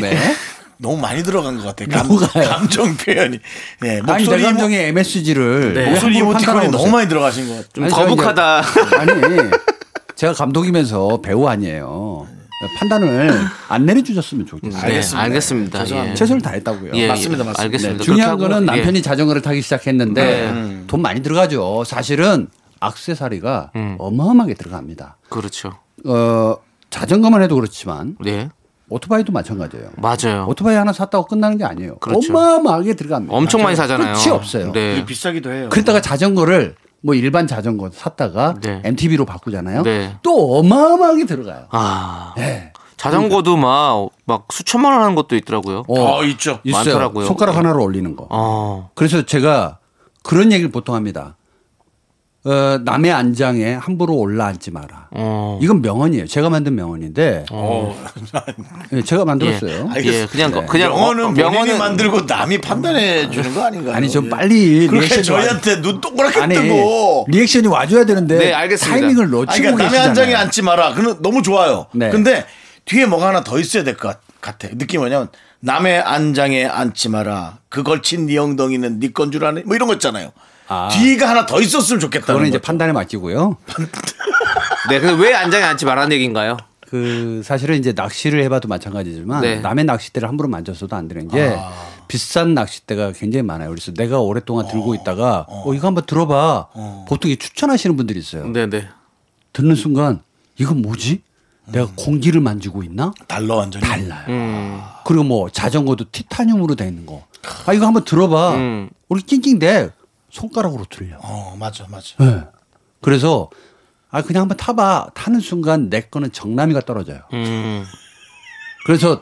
너무 많이 들어간 것 같아. 감,
뭐가요?
감정 표현이. 네
아니, 내
목소리 이
감정에 MSG를 네.
목소리 이모티콘이 너무 많이 들어가신 것 같아.
좀 거북하다.
아니, 제가 감독이면서 배우 아니에요. 판단을 안 내려주셨으면 좋겠어요.
알겠습니다.
네, 알겠습니다.
죄송합니다.
예.
최선을 다했다고요. 네,
예, 예.
맞습니다, 맞습니다.
알겠습니다. 그렇게
중요한
하고요.
거는
예. 음,
남편이 자전거를 타기 시작했는데 돈 많이 들어가죠. 사실은 악세사리가
음.
어마어마하게 들어갑니다.
그렇죠.
어, 자전거만 해도 그렇지만
네.
오토바이도 마찬가지예요.
맞아요.
오토바이 하나 샀다고 끝나는 게 아니에요.
음. 그렇죠.
어마어마하게 들어갑니다.
엄청 많이 사잖아요.
끝이 없어요.
네.
이게 비싸기도 해요.
그랬다가 자전거를 뭐 일반 자전거 샀다가
네.
MTB로 바꾸잖아요.
네.
또 어마어마하게 들어가요.
아.
네.
자전거도 막, 막 수천만 원 하는 것도 있더라고요.
어,
어 있죠.
있어요.
아, 많더라고요. 네.
손가락 하나로 올리는 거.
어.
그래서 제가 그런 얘기를 보통 합니다. 어, 남의 안장에 함부로 올라앉지 마라.
어.
이건 명언이에요. 제가 만든 명언인데
어.
예, 제가 만들었어요.
예, 예, 그냥 거- 그냥
명언은
어,
명언이 만들고 남이 판단해 주는 거 아닌가요?
아니 좀
예.
빨리
그렇게
리액션
저희한테 눈 동그랗게
아니
뜨고
리액션이 와줘야 되는데
네, 알겠습니다.
타이밍을
아니,
놓치고
그러니까 남의
어, 계시잖아요.
한장에 앉지 마라. 그는 너무 좋아요.
네.
근데 뒤에 뭐가 하나 더 있어야 될 것 같아. 느낌이 뭐냐면 남의 안장에 앉지 마라. 그 걸친 네 엉덩이는 네 건 줄 아네. 뭐 이런 거 있잖아요.
아.
뒤가 하나 더 있었으면 좋겠다는
그거는 이제
거죠.
판단에 맡기고요.
네, 근데 왜 안장에 앉지 말라는 얘기인가요?
그 사실은 이제 낚시를 해봐도 마찬가지지만
네.
남의 낚싯대를 함부로 만져서도 안 되는 게 비싼 낚싯대가 굉장히 많아요. 그래서 내가 오랫동안 들고 있다가 어, 이거 한번 들어봐. 음. 보통 이 추천하시는 분들이 있어요.
네, 네.
듣는 순간 이건 뭐지? 내가 공기를 만지고 있나?
달러 완전히.
달라요. 그리고 뭐 자전거도 티타늄으로 돼 있는 거. 아 이거 한번 들어봐. 우리 낑낑대 손가락으로 들려.
어 맞아 맞아.
예. 그래서 아 그냥 한번 타봐 타는 순간 내 거는 정남이가 떨어져요.
음.
그래서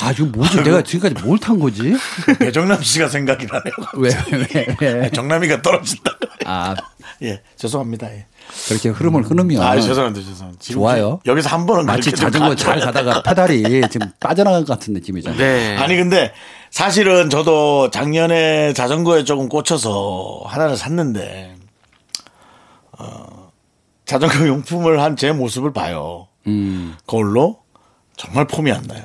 아 지금 뭐지? 내가 지금까지 뭘 탄 거지?
배정남 씨가 생각이 나네요.
왜 왜, 왜?
정남이가 떨어진다.
네. 아
예 죄송합니다. 예.
그렇게 흐름을 끊으면
아 죄송합니다 죄송합니다. 지금
좋아요.
여기서 한 번은
마치
그렇게 좀
자전거
가죠.
잘 가다가 페달이 지금 빠져나간 것 같은 느낌이잖아요.
네.
아니 근데 사실은 저도 작년에 자전거에 조금 꽂혀서 하나를 샀는데 어, 자전거 용품을 한 제 모습을 봐요. 거울로 정말 폼이 안 나요.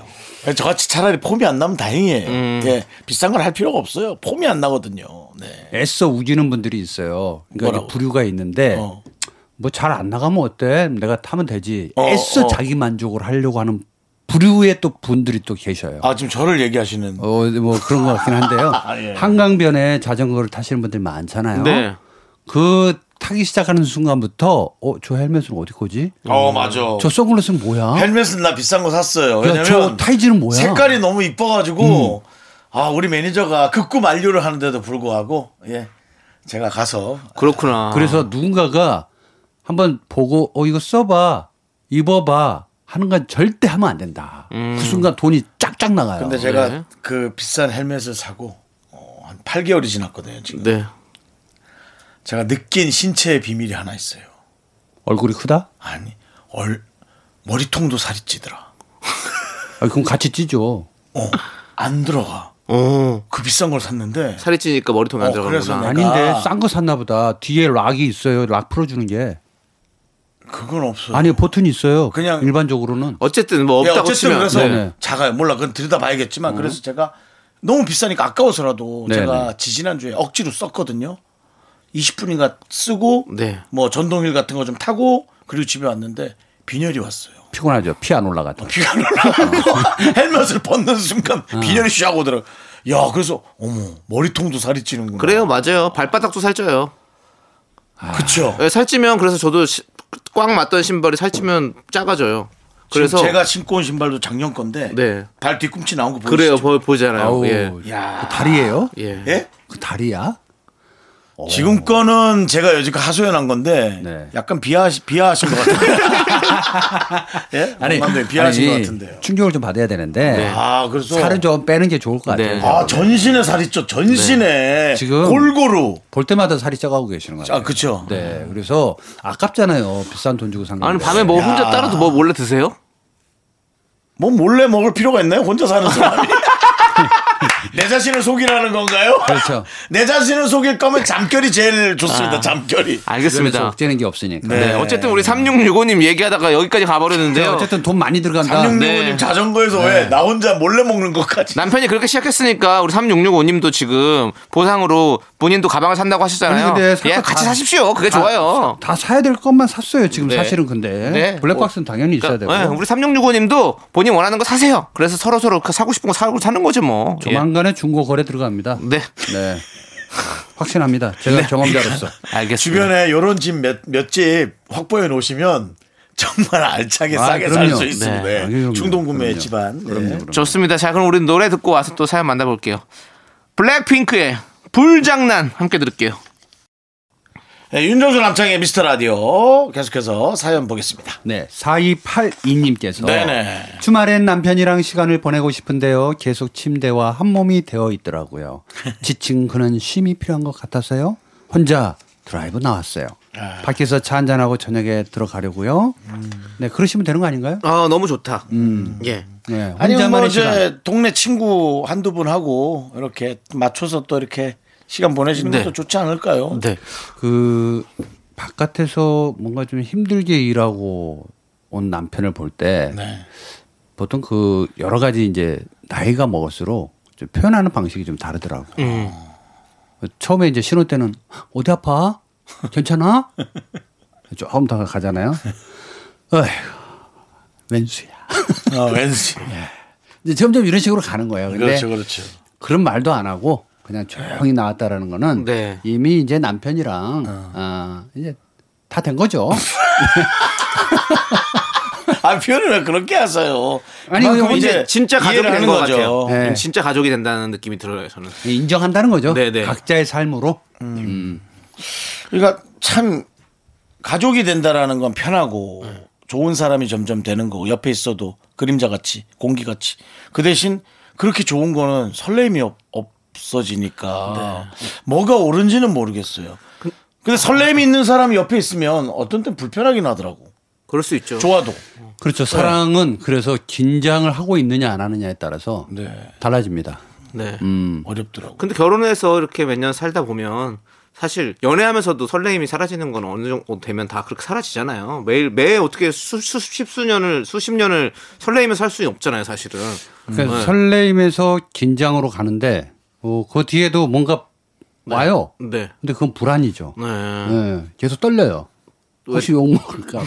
저같이 차라리 폼이 안 나면 다행이에요. 예, 비싼 걸 할 필요가 없어요. 폼이 안 나거든요. 네.
애써 우기는 분들이 있어요. 그러니까
뭐라고?
이제 부류가 있는데
어.
뭐 잘 안 나가면 어때? 내가 타면 되지.
어,
애써
어.
자기 만족을 하려고 하는 부류의 또 분들이 또 계셔요.
아 지금 저를 얘기하시는
어, 뭐 그런 것 같긴 한데요.
예.
한강변에 자전거를 타시는 분들 많잖아요.
네.
그 타기 시작하는 순간부터 어, 저 헬멧은 어디 거지?
어 맞아.
저 선글라스는 뭐야?
어? 헬멧은 나 비싼 거 샀어요.
야,
왜냐면
저 타이즈는 뭐야?
색깔이 너무
음.
이뻐가지고 아 우리 매니저가 극구 만료를 하는데도 불구하고 예 제가 가서
그렇구나.
아. 그래서 누군가가 한번 보고 어 이거 써봐 입어봐 하는 건 절대 하면 안 된다.
음.
그 순간 돈이 쫙쫙 나가요.
아,
근데 제가
네.
그 비싼 헬멧을 사고 어, 한 8개월이 지났거든요. 지금
네.
제가 느낀 신체의 비밀이 하나 있어요.
얼굴이 크다?
아니 얼 머리통도 살이 찌더라.
아, 그럼 같이 찌죠.
어, 안 들어가.
오.
그 비싼 걸 샀는데
살이 찌니까 머리통이 안
어,
들어가는구나.
그래서
아닌데 싼 거 샀나 보다. 뒤에 락이 있어요. 락 풀어주는 게.
그건 없어요.
아니 버튼이 있어요.
그냥-
그냥 일반적으로는.
어쨌든 뭐
예,
없다고
어쨌든
치면 음.
그래서
네네.
작아요. 몰라. 그건 들여다봐야겠지만 그래서 제가 너무 비싸니까 아까워서라도
네네.
제가 지지난주에 억지로 썼거든요. 20분인가 쓰고
네.
뭐 전동휠 같은 거 좀 타고 그리고 집에 왔는데 빈혈이 왔어요.
피곤하죠. 어, 피 안 올라가죠.
비가
어.
올라가고 헬멧을 벗는 순간 빈혈이 쫙 오더라고. 야, 그래서 어머 머리통도 살이 찌는구나.
그래요, 맞아요. 발바닥도 살쪄요.
아. 그쵸.
예, 살찌면 그래서 저도 시- 꽉 맞던 신발이 살찌면 작아져요.
그래서
그래서
제가 신고 온 신발도 작년 건데
네.
발 뒤꿈치 나온 거 보이시죠?
그래요, 보, 보잖아요.
아우,
예.
그 다리예요?
예.
예?
그 다리야?
지금 거는 제가 여지껏 하소연한 건데
어. 네.
약간 비하 비하하신 것 같아요. 예? 아니 비하하신
아니,
것 같은데요.
충격을 좀 받아야 되는데
아, 그래서
살은 좀 빼는 게 좋을 것 같아요.
네.
아 전신에 살이 쪄 전신에
네. 지금-
골고루.
볼 때마다 살이 쪄가고 계시는 것 같아요.
아, 그쵸.
네, 그래서 아깝잖아요. 비싼 돈 주고 산 거.
아니 밤에 뭐 혼자 따로 뭐 몰래 드세요?
뭐 몰래 먹을 필요가 있나요? 혼자 사는 사람이. 내 자신을 속이라는 건가요?
그렇죠. 아.
내 자신을 속일 거면 잠결이 제일 좋습니다. 잠결이.
알겠습니다.
는 게 없으니까.
네. 어쨌든 우리 3665님 얘기하다가 여기까지
네,
가버렸는데요.
어쨌든 돈 많이 들어간다.
삼육육오님
네.
자전거에서 왜 나 혼자 몰래 먹는 것까지.
남편이 그렇게 시작했으니까 우리 3665님도 지금 보상으로 본인도 가방을 산다고 하시잖아요.
아니, 근데 살짝
예, 같이
다-
사십시오. 그게
다-
좋아요.
다 사야 될 것만 샀어요. 지금
네.
사실은 근데
네.
블랙박스는 당연히 있어야
그러니까,
되고.
예, 우리 3665님도 본인 원하는 거 사세요. 그래서 서로 서로 사고 싶은 거 사고 사는 거지 뭐. 예.
조만간에 중고 거래 들어갑니다.
네.
네. 확신합니다. 제가 경험자로서.
알겠습니다.
주변에 요런 집 몇, 몇 집 확보해 놓으시면 정말 알차게
아,
싸게 살
그럼요.
수 있습니다.
네.
예.
아, 그럼요.
충동 구매
그럼요.
집안. 네.
좋습니다. 자, 그럼 우리 노래 듣고 와서 또 사연 만나볼게요. 블랙핑크의 불장난 함께 들을게요.
네, 윤정수 남창의 미스터 라디오 계속해서 사연 보겠습니다.
네. 4282님께서
네네.
주말엔 남편이랑 시간을 보내고 싶은데요. 계속 침대와 한몸이 되어 있더라고요. 지친 그는 쉼이 필요한 것 같아서요. 혼자 드라이브 나왔어요.
아.
밖에서 차 한잔하고 저녁에 들어가려고요.
음.
네, 그러시면 되는 거 아닌가요?
아, 너무 좋다. 예.
네,
아니면 뭐
혼자만의 시간.
이제 동네 친구 한두 분하고 이렇게 맞춰서 또 이렇게 시간 보내시는
네.
것도 좋지 않을까요?
네.
그 바깥에서 뭔가 좀 힘들게 일하고 온 남편을 볼 때
네.
보통 그 여러 가지 이제 나이가 먹을수록 좀 표현하는 방식이 좀 다르더라고. 요
음.
처음에 이제 신혼 때는 어디 아파? 괜찮아? 조금 더 가잖아요. 어휴, 왼수야.
아, 왠지.
네. 이제 점점 이런 식으로 가는 거예요. 근데
그렇죠, 그렇죠.
그런 말도 안 하고 그냥 조용히 나왔다라는 거는
네. 어.
이미 이제 남편이랑 아, 이제 다 된 거죠.
아, 표현을 왜 그렇게 하세요?
아니,
그만큼
그럼
이제 진짜 가족이
이해를
된
하는
것 같아요.
네.
진짜 가족이 된다는 느낌이 들어요, 저는.
인정한다는 거죠.
네네.
각자의 삶으로.
그러니까 참 가족이 된다라는 건 편하고 좋은 사람이 점점 되는 거고 옆에 있어도 그림자 같이 공기 같이 그 대신 그렇게 좋은 거는 설렘이 없, 없어지니까 뭐가 옳은지는 모르겠어요. 근데 설렘이 있는 사람이 옆에 있으면 어떤 땐 불편하긴 하더라고.
그럴 수 있죠.
좋아도.
그렇죠. 사랑은 그래서 긴장을 하고 있느냐 안 하느냐에 따라서
네.
달라집니다.
네.
어렵더라고.
근데 결혼해서 이렇게 몇 년 살다 보면 사실 연애하면서도 설레임이 사라지는 건 어느 정도 되면 다 그렇게 사라지잖아요. 매일 매일 어떻게 수, 수, 십수 년을 수십 년을 설레임에 살 수는 없잖아요, 사실은.
그러니까
음, 네.
설레임에서 긴장으로 가는데 어, 그 뒤에도 뭔가 와요.
네.
근데 그건 불안이죠.
네.
네, 계속 떨려요. 혹시 욕 먹을까 봐.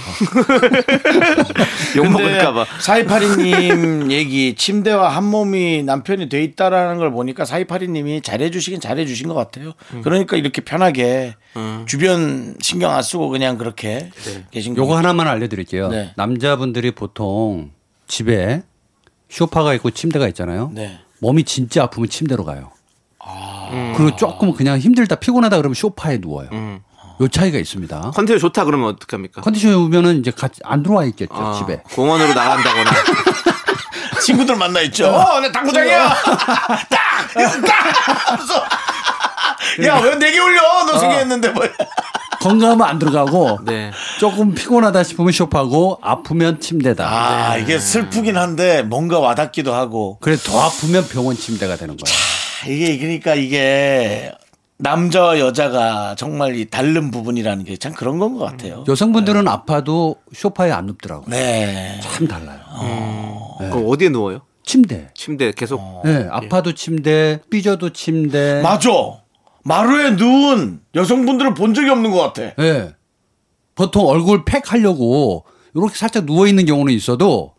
욕 먹을까봐.
사이파리님 얘기 침대와 한 몸이 남편이 돼 있다라는 걸 보니까 사이파리님이 잘해주시긴 잘해주신 것 같아요.
음.
그러니까 이렇게 편하게 주변 신경 안 쓰고 그냥 그렇게
네.
계신
요거
거.
하나만 알려드릴게요.
네.
남자분들이 보통 집에 쇼파가 있고 침대가 있잖아요.
네.
몸이 진짜 아프면 침대로 가요. 그리고 조금 그냥 힘들다 피곤하다 그러면 소파에 누워요. 요 차이가 있습니다.
컨테이너 좋다 그러면 어떡합니까?
컨디션이 오면은 이제 같이 안 들어와 있겠죠
아,
집에.
공원으로 나간다거나.
친구들 만나 있죠.
네.
어, 내 당구장이야. 딱! 이러면서 딱! 하면서.
그러니까.
야, 왜 내게 울려?
어.
너 생겼는데 뭐.
건강하면 안 들어가고
네.
조금 피곤하다 싶으면 소파고 아프면 침대다.
아,
네.
이게 슬프긴 한데 뭔가 와닿기도 하고.
그래 더 아프면 병원 침대가 되는 거야.
아, 이게 그러니까 이게 남자와 여자가 정말 이 다른 부분이라는 게 참 그런 건 것 같아요.
음. 여성분들은 아파도 소파에 안 눕더라고. 요
네.
참 달라요. 네.
그럼 어디에 누워요?
침대.
침대 계속.
네, 아파도 침대, 삐져도 침대.
어. 맞아. 마루에 누운 여성분들을 본 적이 없는 것 같아.
예. 보통 얼굴 팩 하려고 이렇게 살짝 누워 있는 경우는 있어도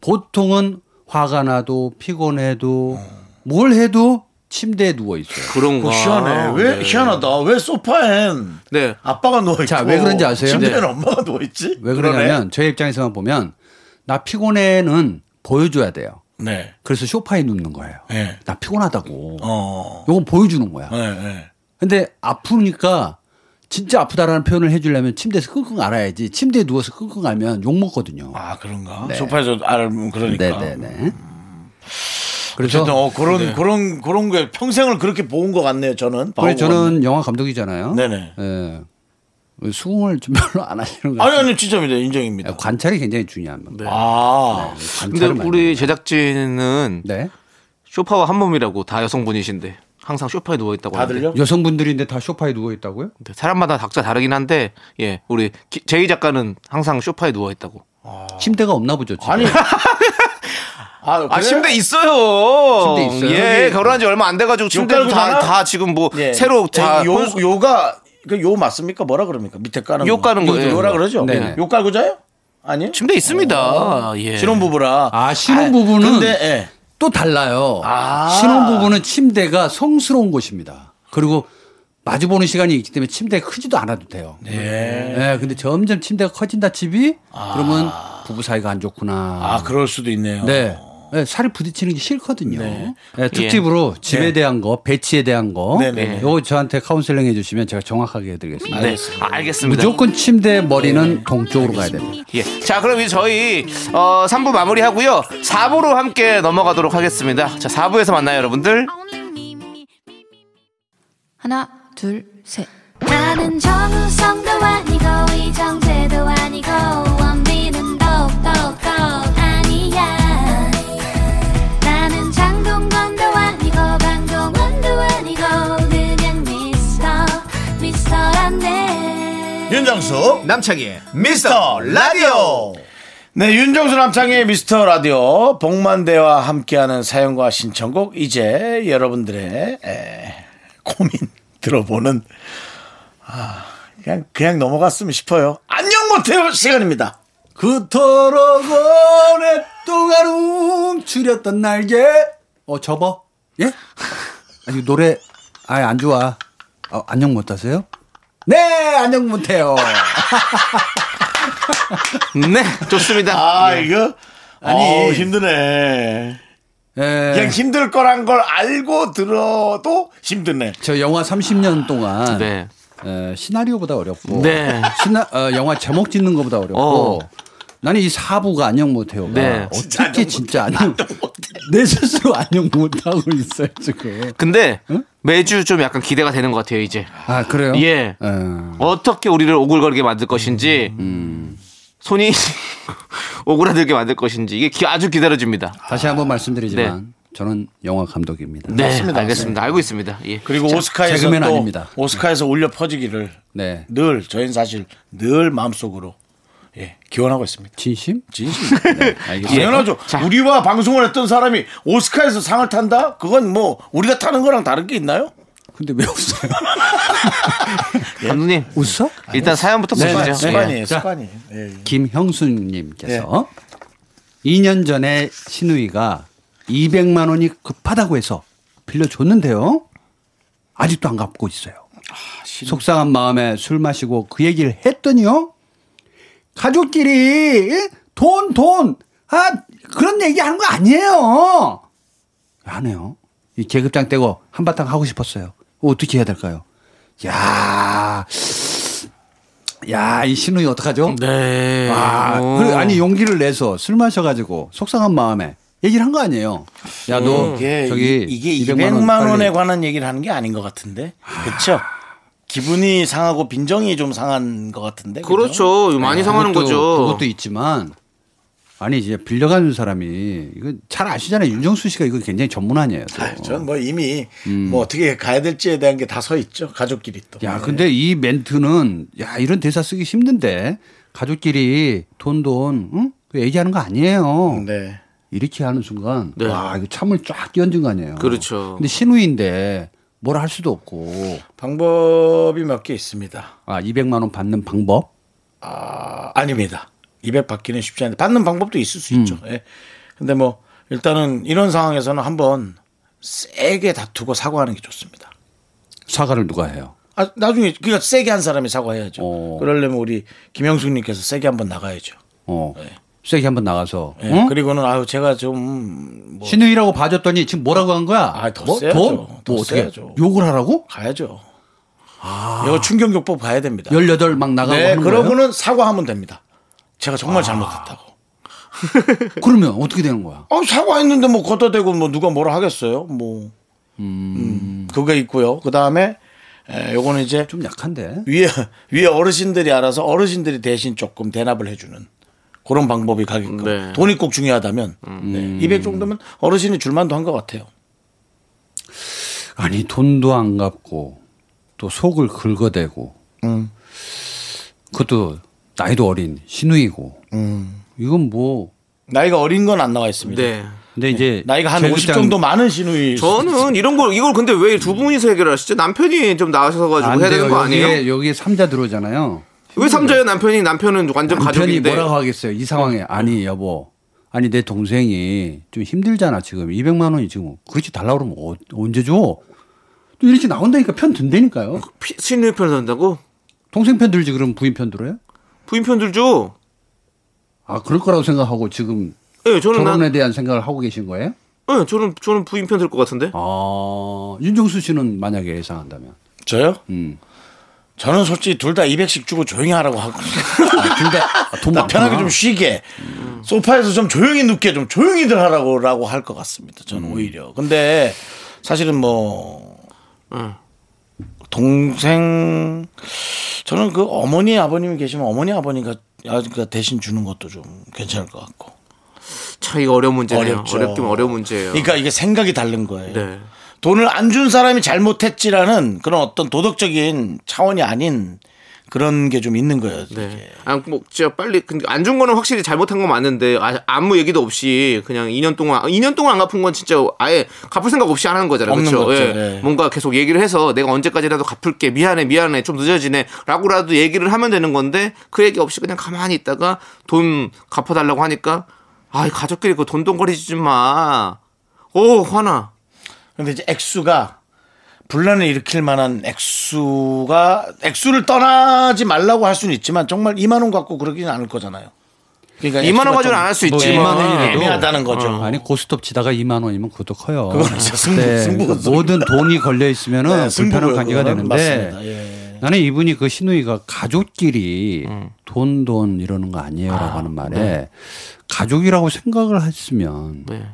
보통은 화가 나도 피곤해도 뭘 해도 침대에 누워 있어요.
그런 거.
어, 희한해. 왜
네.
희한하다. 왜 소파엔
네.
아빠가 누워 있고
자, 왜 그런지 아세요?
침대는
네.
엄마가 누워 있지?
왜 그러냐면 저희 입장에서만 보면 나 피곤해는 보여줘야 돼요.
네.
그래서 소파에 눕는 거예요.
네.
나 피곤하다고.
어.
요건 보여주는 거야.
네, 네.
근데 아프니까 진짜 아프다라는 표현을 해주려면 침대에서 끙끙 앓아야지. 침대에 누워서 끙끙 앓면 욕 먹거든요.
아, 그런가? 소파에서 알면 그러니까. 음.
네네네. 그래서
어쨌든 어, 그런 그런 그런 게 평생을 그렇게 본 것 같네요. 저는.
그래
바오보는.
저는 영화 감독이잖아요.
네네.
예. 수긍을 좀 별로 안 하시는 거
아니
같아요.
아니 진짜입니다. 인정입니다.
관찰이 굉장히 중요합니다.
아.
근데
관찰을 많이
우리 제작진은
해요. 네.
쇼파와 한 몸이라고 다 여성분이신데 항상 쇼파에 누워 있다고 하는데.
네. 다들요?
여성분들인데 다 소파에 누워 있다고요?
네, 사람마다 각자 다르긴 한데 예 우리 기- 제이 작가는 항상 쇼파에 누워 있다고.
침대가 없나 보죠. 집에. 아니
아,
아
그래요?
침대 있어요.
침대 있어요?
예
여기-
결혼한 지 얼마 안 돼가지고 침대도
깔고
다,
자나?
다 지금 뭐
예.
새로 다
저기 요,
혼수-
요가 그 요 맞습니까? 뭐라 그럽니까? 밑에 까는
요 까는 거,
요-
예.
요라 그러죠?
네네.
요 깔고 자요? 아니요. 어.
침대 있습니다. 예.
신혼부부라.
아, 신혼부부는-
근데 예.
또 달라요.
아.
신혼부부는 침대가 성스러운 곳입니다. 그리고 마주보는 시간이 있기 때문에 침대가 크지도 않아도 돼요. 네. 근데 점점 침대가 커진다 집이 그러면 부부 사이가 안 좋구나.
아, 그럴 수도 있네요. 예.
네. 네, 살이 부딪히는 게 싫거든요. 네. 특집으로 집에
네.
대한 거, 배치에 대한 거,
네네네. 아,
요거 저한테 카운슬링 해주시면 제가 정확하게 해드리겠습니다.
네 알겠습니다.
무조건 침대 머리는 동쪽으로 가야 됩니다.
예. 자, 그럼 이제 저희 어, 3부 마무리하고요. 4부로 함께 넘어가도록 하겠습니다. 자, 4부에서 만나요, 여러분들.
하나, 둘, 셋.
나는 정우성도 아니고 이정재도 아니고 원빈은 더욱더 아니야 나는 장동건도 아니고 강동원도 아니고 그냥 미스터 미스터란데
윤정수
남창희의
미스터 라디오. 네, 윤정수 남창의 미스터 라디오 복만대와 함께하는 사연과 신청곡 이제 여러분들의 에, 고민 들어보는 아, 그냥 그냥 넘어갔으면 싶어요. 안녕 못해요 시간입니다.
그토록 오랫동안 움츠렸던 날개. 어, 접어. 예? 아니, 노래, 아예 안 좋아. 어, 안녕 못 하세요? 네, 안녕 못 해요.
네, 좋습니다.
아, 이거 아니 힘드네. 그냥
예.
힘들 거란 걸 알고 들어도 힘드네.
저 영화 30년 동안
네.
에, 시나리오보다 어렵고
네.
시나, 어, 영화 제목 짓는 것보다
어.
어렵고 나는 이 사부가 안녕 못해요.
네.
어떻게 진짜 안녕 내 스스로 안녕 못하고 있어요 지금.
근데 매주 좀 약간 기대가 되는 것 같아요, 이제.
아 그래요?
예.
어,
어떻게 우리를 오글거리게 만들
음,
것인지. 손이 오그라들게 만들 것인지 이게 기- 아주 기다려집니다.
다시 한번 말씀드리지만 저는 영화 감독입니다.
네, 알겠습니다. 알고 있습니다. 예.
그리고 오스카에서
재금은
또
아닙니다.
오스카에서 울려 퍼지기를
네.
늘 저희는 사실 늘 마음속으로 예, 기원하고 있습니다.
진심? 네,
진심. 예.
알겠습니다.
당연하죠. 우리와 방송을 했던 사람이 오스카에서 상을 탄다? 그건 뭐 우리가 타는 거랑 다른 게 있나요?
근데 왜 웃어요?
감독님,
웃어?
일단 사연부터
예. 네,
보시죠.
네, 네.
예.
습관이에요.
자.
습관이에요.
네.
예, 예.
김형수님께서 2년 전에 신우이가 200만 원이 급하다고 해서 빌려줬는데요. 아직도 안 갚고 있어요. 속상한 마음에 술 마시고 그 얘기를 했더니요. 가족끼리 예? 돈, 돈, 아, 그런 얘기 하는 거 아니에요. 안 해요. 이 계급장 떼고 한바탕 하고 싶었어요. 어떻게 해야 될까요? 야, 야, 이 신우이 어떡하죠?
네.
아, 그래, 아니 용기를 내서 술 마셔가지고 속상한 마음에 얘기를 한 거 아니에요. 야, 너
음. 이게
저기
이- 이게
200만 원
200만 원에
빨리-
관한 얘기를 하는 게 아닌 것 같은데 그렇죠? 기분이 상하고 빈정이 좀 상한 것 같은데 그죠?
그렇죠. 많이 상하는
네, 그것도-
거죠.
그것도 있지만 아니 이제 빌려가는 사람이 이거 잘 아시잖아요. 윤정수 씨가 이거 굉장히 전문 아니에요. 또.
아, 전뭐 이미 뭐 어떻게 가야 될지에 대한 게 다 서 있죠 가족끼리 또.
음. 야, 근데 이 멘트는 야 이런 대사 쓰기 힘든데 가족끼리 돈돈 응? 그 얘기하는 거 아니에요.
네.
이렇게 하는 순간
네.
와 이거 참을 쫙 끼얹은 거 아니에요.
그렇죠.
근데 신우인데 뭐라 할 수도 없고
방법이 몇 개 있습니다.
아 200만 원 받는 방법.
아, 아닙니다. 200 받기는 쉽지 않은데 받는 방법도 있을 수 있죠.
음.
예. 근데 뭐 일단은 이런 상황에서는 한번 세게 다투고 사과하는 게 좋습니다.
사과를 누가 해요?
아, 나중에 그냥 세게 한 사람이 사과해야죠.
어.
그러려면 우리 김영숙님께서 세게 한번 나가야죠.
어 세게 한번 나가서
예.
응?
네. 그리고는 아유 제가 좀 뭐,
신우이라고 봐줬더니 지금 뭐라고 한 거야?
아, 더
뭐?
세야죠.
돈?
더
뭐 어떻게
세야죠.
욕을 하라고?
가야죠. 이거 충격요법 가야 됩니다.
18 막 나가고
네,
하는 거예요? 아.
그러고는 사과하면 됩니다. 제가 정말 잘못했다고.
그러면 어떻게 되는 거야?
어, 사과했는데 뭐 걷다 대고 뭐 누가 뭐라 하겠어요? 뭐. 음, 그게 있고요. 그 다음에 요거는 이제
좀 약한데.
위에 위에 어르신들이 알아서 어르신들이 대신 조금 대납을 해주는 그런 방법이 가겠고
네. 음.
돈이 꼭 중요하다면 네. 200 정도면 어르신이 줄만도 한 것 같아요.
아니 돈도 안 갚고 또 속을 긁어대고 그것도 나이도 어린 신우이고
음.
이건 뭐
나이가 어린 건 안 나와 있습니다.
네.
근데 이제
나이가 한 50
계급장-
정도 많은 신우이
저는 이런 걸 이걸 근데 왜 두 분이서 해결하시죠? 남편이 좀 나가셔 가지고
안
해야 되는
돼요.
거 아니에요?
여기에 여기에 삼자 들어오잖아요.
왜 삼자예요? 남편이 남편은 완전
남편이
가족인데.
뭐라고 하겠어요? 이 상황에 아니 여보, 아니 내 동생이 좀 힘들잖아 지금 200만 원이 지금 그렇지 달라 그러면 어- 언제 줘? 또 이렇게 나온다니까 편 든다니까요.
피- 신우이 편을 한다고?
동생 편 들지 그럼 부인 편 들어요?
부인 편 들죠.
아 그럴 거라고 생각하고 지금
예, 저는 난
결혼에 대한 생각을 하고 계신 거예요?
예, 저는 저는 부인 편 들 것 같은데.
아 윤종수 씨는 만약에 예상한다면
저요?
음.
저는 솔직히 둘 다 200씩 주고 조용히 하라고 하고
아, 둘다돈
나 편하게 좀 쉬게 소파에서 좀 조용히 눕게 좀 조용히들 하라고라고 할 것 같습니다. 저는
음.
오히려 근데 사실은 뭐
응.
동생 저는 그 어머니 아버님이 계시면 어머니 아버님가 아버지가 대신 주는 것도 좀 괜찮을 것 같고
참 이거 어려운 문제네요.
어렵죠.
어렵긴 어려운 문제예요.
그러니까 이게 생각이 다른 거예요.
네.
돈을 안 준 사람이 잘못했지라는 그런 어떤 도덕적인 차원이 아닌 그런 게 좀 있는 거예요.
네.
이게.
아, 뭐, 진짜 빨리, 근데 안 준 거는 확실히 잘못한 건 맞는데, 아, 아무 얘기도 없이, 그냥 2년 동안, 2년 동안 안 갚은 건 진짜 아예 갚을 생각 없이 안 하는 거잖아요.
없는
그렇죠.
거죠.
예.
네.
뭔가 계속 얘기를 해서 내가 언제까지라도 갚을게. 미안해, 미안해. 좀 늦어지네. 라고라도 얘기를 하면 되는 건데, 그 얘기 없이 그냥 가만히 있다가 돈 갚아달라고 하니까, 아, 이 가족끼리 그 돈돈거리지 좀 마. 오, 화나.
근데 이제 액수가 분란을 일으킬 만한 액수가 액수를 떠나지 말라고 할 수는 있지만 정말 2만 원 갖고 그러기는 않을 거잖아요. 그러니까
2만
액수가
원 가지고는
좀
안 할 수
뭐
있지만.
2만 원이라도
애매하다는 거죠.
아니 고스톱 치다가 2만 원이면 그것도 커요.
어. 그거는 진짜 승부- 승부-
그러니까 모든 돈이 걸려 있으면은
네,
불편한
승부고요.
관계가
그거는
되는데
맞습니다. 예.
나는 이분이 그 신우이가 가족끼리
음.
돈 돈 이러는 거 아니에요라고 하는 말에 가족이라고 생각을 했으면
네.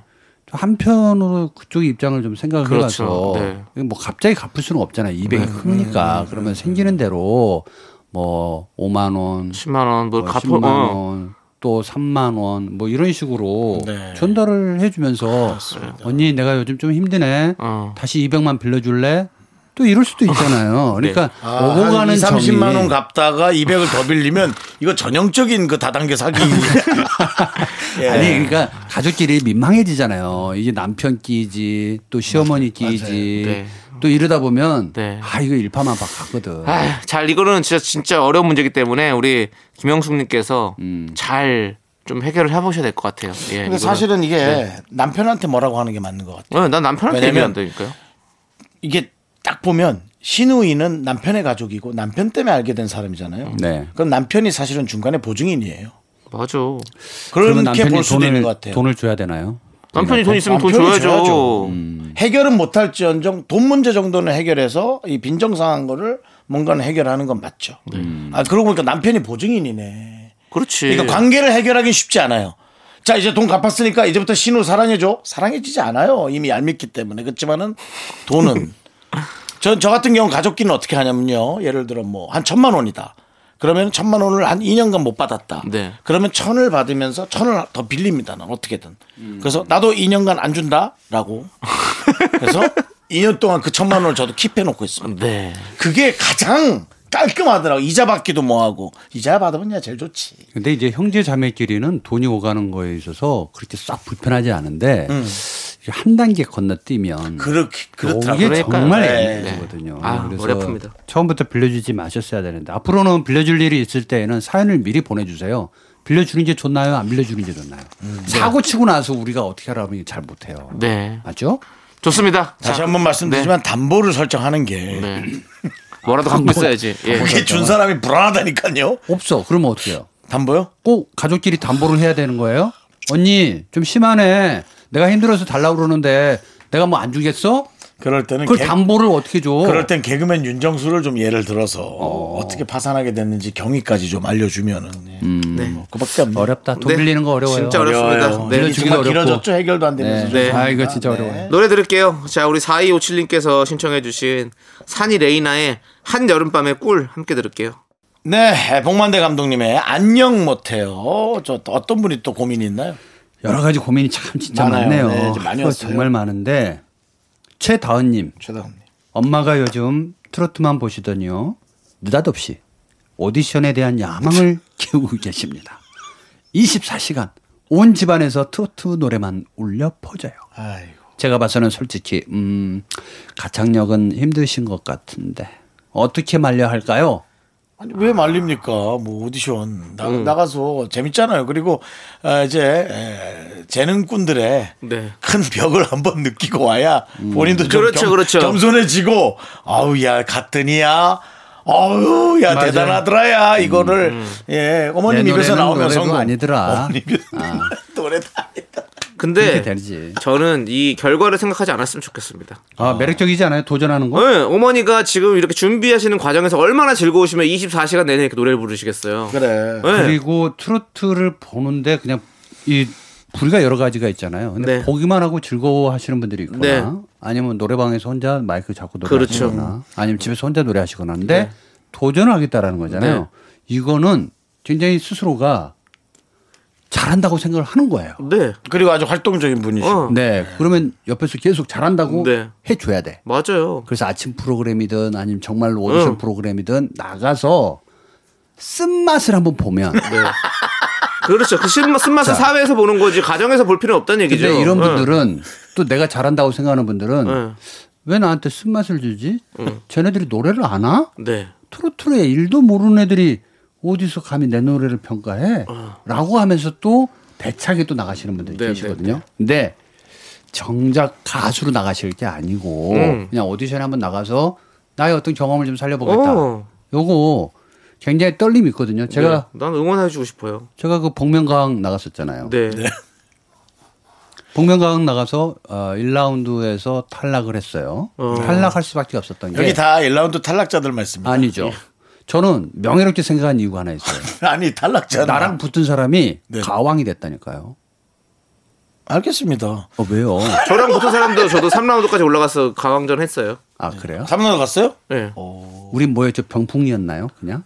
한편으로 그쪽 입장을 좀 생각을
그렇죠.
해서
네. 음,
뭐 갑자기 갚을 수는 없잖아요. 200이 크니까 그러면 생기는 대로 뭐 5만 원,
10만 원,
아,
뭘
뭐
갚을,
10만
어.
원, 또 3만 원 뭐 이런 식으로
네.
전달을 해주면서 언니 내가 요즘 좀 힘드네.
어.
다시 200만 빌려줄래? 또 이럴 수도 있잖아요. 그러니까
아,
오고
한
가는
2,
점이
30만 원 갚다가 200을 더 빌리면 이거 전형적인 그 다단계 사기. 예.
아니 그러니까 가족끼리 민망해지잖아요. 이게 남편 끼지 또 시어머니 끼지
맞아요. 네.
또 이러다 보면
네.
아 이거 일파만박하거든.
아휴, 잘 이거는 진짜 진짜 어려운 문제이기 때문에 우리 김영숙님께서
음.
잘 좀 해결을 해보셔야 될 것 같아요. 예,
근데
이거는.
사실은 이게
네.
남편한테 뭐라고 하는 게 맞는 것 같아요.
어, 난 남편한테 얘기 안
왜냐면-
되니까요.
이게 딱 보면 신우이는 남편의 가족이고 남편 때문에 알게 된 사람이잖아요.
네.
그럼 남편이 사실은 중간에 보증인이에요.
맞아.
그러면
그렇게
남편이
볼 수도
돈을
있는 것 같아요.
돈을 줘야 되나요?
남편이 돈 있으면 돈
남편이
줘야죠. 음.
줘야죠. 음. 해결은 못할지언정 돈 문제 정도는 해결해서 이 빈정상한 거를 뭔가는 해결하는 건 맞죠.
음.
아 그러고 보니까 남편이 보증인이네.
그렇지.
그러니까 관계를 해결하기 쉽지 않아요. 자 이제 돈 갚았으니까 이제부터 신우 사랑해줘. 사랑해지지 않아요. 이미 얄밉기 때문에 그렇지만은 돈은 전 저 같은 경우 가족끼리는 어떻게 하냐면요. 예를 들어 뭐 한 천만 원이다. 그러면 천만 원을 한 2년간 못 받았다.
네.
그러면 천을 받으면서 천을 더 빌립니다. 난 어떻게든. 그래서 나도 2년간 안 준다라고. 그래서 2년 동안 그 천만 원을 저도 킵해 놓고 있습니다.
네.
그게 가장 깔끔하더라고. 이자 받기도 뭐하고 이자 받으면 야 제일 좋지.
근데 이제 형제 자매끼리는 돈이 오가는 거에 있어서 그렇게 싹 불편하지 않은데
음.
이게 한 단계 건너뛰면
그렇게 그렇더라고.
이게
그러니까요.
정말
네.
애매하거든요.
아, 어렵습니다.
처음부터 빌려주지 마셨어야 되는데 앞으로는 빌려줄 일이 있을 때에는 사연을 미리 보내주세요. 빌려주는 게 좋나요? 안 빌려주는 게 좋나요?
음,
사고 치고 나서 우리가 어떻게 하라면 잘 못해요.
네.
맞죠?
좋습니다.
다시
자,
한 번
네.
말씀드리지만 담보를 설정하는 게
네. 뭐라도 갖고 있어야지. 예.
그렇죠.
그게 준 사람이 불안하다니까요.
없어. 그러면 어때요?
담보요?
꼭 가족끼리 담보를 해야 되는 거예요? 언니 좀 심하네. 내가 힘들어서 달라고 그러는데 내가 뭐 안 주겠어?
그럴 때는
그걸
개-
담보를 어떻게 줘?
그럴 땐 개그맨 윤정수를 좀 예를 들어서 어. 떻게 파산하게 됐는지 경위까지 좀 알려주면은 예. 뭐 그밖에 없네.
어렵다. 돈
네.
빌리는 거 어려워요.
진짜
어려워요.
어렵습니다.
네.
네.
빌려주기도
정말
어렵고.
길어졌죠 해결도 안 되면서.
네.
아 이거 진짜 어려워요.
노래 들을게요. 자, 우리 4257님께서 신청해주신 산이 레이나의 한 여름밤의 꿀 함께 들을게요.
네, 복만대 감독님의 안녕 못해요. 저또 어떤 분이 또 고민이 있나요?
여러 가지 고민이 참 진짜
많아요.
많네요
네, 이제 많이 왔어요.
정말 많은데 최다은님
최다훈님.
엄마가 요즘 트로트만 보시더니요 느닷없이 오디션에 대한 야망을 키우고 계십니다. 24시간 온 집안에서 트로트 노래만 울려 퍼져요.
아이고.
제가 봐서는 솔직히 음 가창력은 힘드신 것 같은데 어떻게 말려 할까요?
아니 왜 말립니까? 뭐 오디션 나, 나가서 재밌잖아요. 그리고 아, 이제 에, 재능꾼들의
네.
큰 벽을 한번 느끼고 와야 본인도 좀
그렇죠,
겸,
그렇죠.
겸손해지고 아우 야 같더니야. 아유, 야,
맞아요.
대단하더라야, 이거를. 예, 어머님
내
입에서
노래는
나오면
노래도
성공.
아니더라.
어머님 입에서 노래 다 아니다.
이렇게
근데
되지.
저는 이 결과를 생각하지 않았으면 좋겠습니다.
아 매력적이지 않아요? 도전하는 거?
네, 어머니가 지금 이렇게 준비하시는 과정에서 얼마나 즐거우시면 24시간 내내 이렇게 노래를 부르시겠어요.
그래.
네.
그리고 트로트를 보는데 그냥 이 부리가 여러 가지가 있잖아요. 근데
네.
보기만 하고 즐거워하시는 분들이 있거나
네.
아니면 노래방에서 혼자 마이크 잡고
그렇죠.
노래하시거나 아니면 집에서 혼자 노래하시거나 근데 도전을 하겠다라는 거잖아요.
네.
이거는 굉장히 스스로가 잘한다고 생각을 하는 거예요.
네.
그리고 아주 활동적인 분이시고.
어.
네. 그러면 옆에서 계속 잘한다고
네.
해줘야 돼.
맞아요.
그래서 아침 프로그램이든 아니면 정말로 오디션
응.
프로그램이든 나가서 쓴맛을 한번 보면
네. 그렇죠. 그 쓴맛, 쓴맛은
자.
사회에서 보는 거지 가정에서 볼 필요는 없다는 얘기죠.
근데 이런
네.
분들은 또 내가 잘한다고 생각하는 분들은
네.
왜 나한테 쓴맛을 주지? 쟤네들이 노래를 아나?
네.
트로트로의 일도 모르는 애들이 어디서 감히 내 노래를 평가해? 라고 하면서 또 대차게 또 나가시는 분들이
어. 네,
계시거든요. 근데 정작 가수로 나가실 게 아니고
음.
그냥 오디션에 한번 나가서 나의 어떤 경험을 좀 살려보겠다.
어.
요거 굉장히 떨림이 있거든요. 제가
네. 난 응원해주고 싶어요.
제가 그 복면가왕 나갔었잖아요.
네.
복면가왕 나가서 어, 1라운드에서 탈락을 했어요. 탈락할 수밖에 없었던 게
여기 다 1라운드 탈락자들 말씀입니다.
예.
예.
아니죠. 저는 명예롭게 생각한 이유가 하나 있어요.
아니, 탈락자.
나랑 붙은 사람이
네.
가왕이 됐다니까요.
알겠습니다.
어, 왜요?
저랑 붙은 사람도 저도 3라운드까지 올라가서 가왕전 했어요.
아 그래요?
3라운드 갔어요?
네.
우린 뭐였죠? 병풍이었나요? 그냥?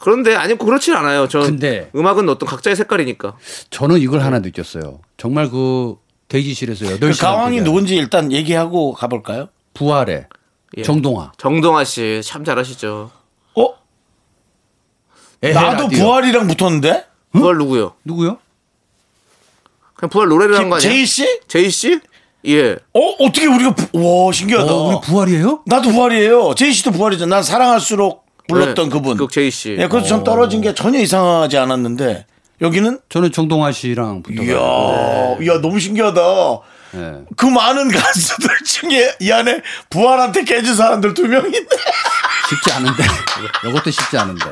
그런데 아니 그렇진 않아요. 저
근데-
음악은 어떤 각자의 색깔이니까.
저는 이걸 하나 느꼈어요. 정말 그 대기실에서 8시간
그 가왕이
그냥
누군지 일단 얘기하고 가볼까요?
부활의
예.
정동화
정동아 씨 참 잘하시죠.
어?
에헤
나도
라디오.
부활이랑 붙었는데?
부활 누구요?
누구요?
그냥 부활 노래를 한 거 아니에요?
제이 씨?
제이 씨? 예.
어? 어떻게 우리가 부... 와 신기하다.
어, 우리 부활이에요?
나도 부활이에요. 제이 씨도 부활이죠. 난 사랑할수록 불렀던
네,
그분.
그 제이 씨.
예, 그래서 전 떨어진 게 전혀 이상하지 않았는데 여기는
저는 정동화 씨랑
이야,
붙어가지고
이야 너무 신기하다.
네.
그 많은 가수들 중에 이 안에 부활한테 깨진 사람들 두 명인데.
쉽지 않은데 이것도 쉽지 않은데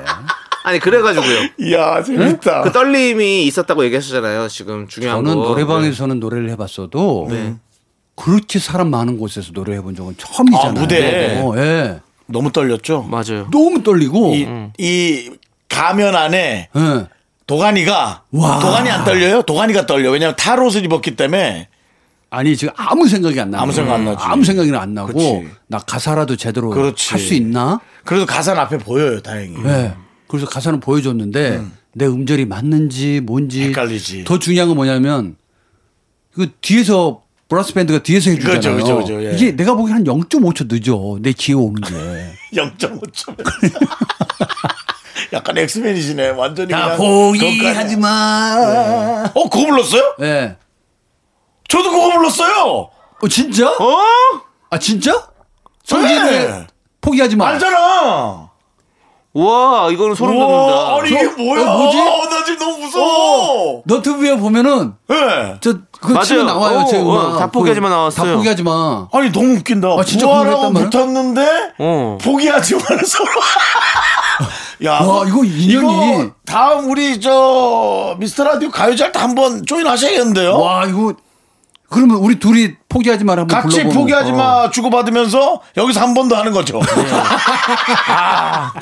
아니 그래가지고요.
이야 재밌다.
그 떨림이 있었다고 얘기하셨잖아요. 지금 중요한
저는
거. 네.
노래방에서는 노래를 해봤어도 그렇게 사람 많은 곳에서 노래 해본 적은 처음이잖아요.
아, 무대.
네. 어, 예.
너무 떨렸죠.
네, 맞아요.
너무 떨리고
이,
음.
이 가면 안에
예.
도가니가
와.
도가니 안 떨려요? 도가니가 떨려. 왜냐면 탈옷을 입었기 때문에
아니 지금 아무 생각이 안 나.
아무 생각 안 나지.
아무 생각이 안 나고
그치.
나 가사라도 제대로 할
그렇지.
수 있나?
그래도 가사는 앞에 보여요. 다행히.
예. 그래서 가사는 보여줬는데 내 음절이 맞는지 뭔지
헷갈리지.
더 중요한 건 뭐냐면 그 뒤에서 브라스 밴드가 뒤에서 해주잖아요.
그렇죠, 그렇죠, 그렇죠. 예.
이게 내가 보기엔 한 0.5초 늦어 내 기회 오는 게.
0.5점. 약간 엑스맨이시네. 완전히 그러니까
나
그냥
포기하지
그것까지.
마.
어 그거 불렀어요?
예.
저도 그거 불렀어요.
어 진짜?
어?
아 진짜? 성진의
네.
포기하지 마.
알잖아.
우와 이거는 소름
우와,
돋는다.
아니 이게
저-
뭐야?
어, 뭐지?
어, 나 지금 어. 너무 무서워.
너튜브에 보면은
예.
저그
맞아요.
치면 나와요
어,
제
어,
음악.
다 포기하지 마
그,
나왔어요.
다 포기하지 마.
아니 너무 웃긴다. 뭐
아, 진짜
부활하고
공부했단
붙었는데
어.
포기하지 말아서. 야,
와, 이거 인연이.
이거 다음 우리 저 미스터 라디오 가요제할 때 한번 조인하셔야겠는데요.
와 이거 그러면 우리 둘이 포기하지 마라 뭐 한번
같이
불러보는
포기하지
거.
마 주고받으면서 여기서 한 번 더 하는 거죠.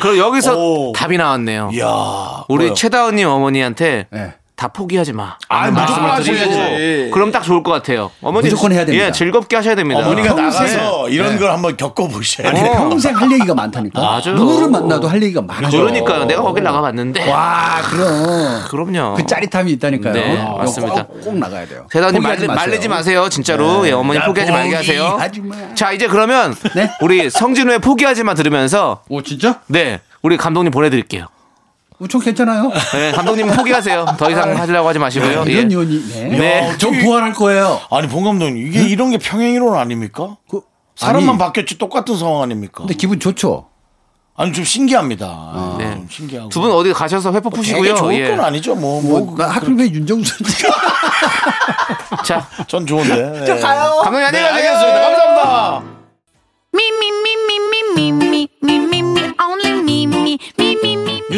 그럼 여기서
오.
답이 나왔네요.
이야,
우리
뭐요?
최다은님 어머니한테
네.
다 포기하지 마.
아,
라는
무조건
말씀을
하셔야지.
드리고 그럼 딱 좋을 것 같아요. 어머니
무조건 해야 됩니다.
예, 즐겁게 하셔야 됩니다.
어머니가
평생.
나가서 이런 걸 한번 겪어보셔야
아니,
돼요.
네.
평생 할 얘기가 많다니까.
맞아요.
누구를 만나도 할 얘기가 많아.
그러니까요. 내가 거길 나가봤는데.
와 그럼
그럼요.
그 짜릿함이 있나니까요.
네,
이거
맞습니다.
꼭, 꼭 나가야 돼요.
대단히 말리,
포기하지 마세요.
말리지 마세요, 진짜로. 예, 어머니
야,
포기하지 말게 하세요.
포기하지 마.
자, 이제 그러면
네?
우리 성진우의 포기하지만 들으면서
오 진짜?
네, 우리 감독님 보내드릴게요.
어, 저 괜찮아요.
네, 감독님 포기하세요. 더 이상 하려고 하지 마시고요. 예.
이런 연이 네.
네.
저 부활할 거예요.
아니 봉 감독님 이게 이런 게 평행이론 아닙니까?
그,
사람만
아니,
바뀌었지 똑같은 상황 아닙니까?
근데 기분 좋죠.
아니 좀 신기합니다.
네.
좀 신기하고.
두 분 어디 가셔서 회포
되게
푸시고요.
좋을
예.
건 아니죠. 뭐, 뭐.
뭐, 나 하필 왜 윤정수 씨?
자,
전 좋은데. 네.
감독님 안녕히 가세요.
알겠습니다. 감사합니다.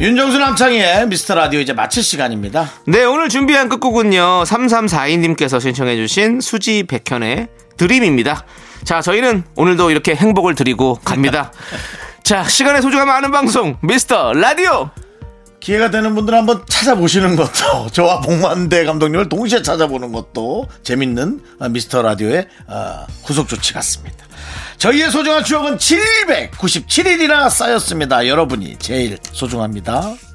윤종수 남창의 미스터 라디오 이제 마칠 시간입니다.
네, 오늘 준비한 끝곡은요. 3342님께서 신청해주신 수지 백현의 드림입니다. 자, 저희는 오늘도 이렇게 행복을 드리고 갑니다. 자, 시간의 소중함 아는 방송, 미스터 라디오!
기회가 되는 분들 한번 찾아보시는 것도 저와 봉만대 감독님을 동시에 찾아보는 것도 재밌는 어, 미스터 라디오의 어, 구속 조치 같습니다. 저희의 소중한 추억은 797일이나 쌓였습니다. 여러분이 제일 소중합니다.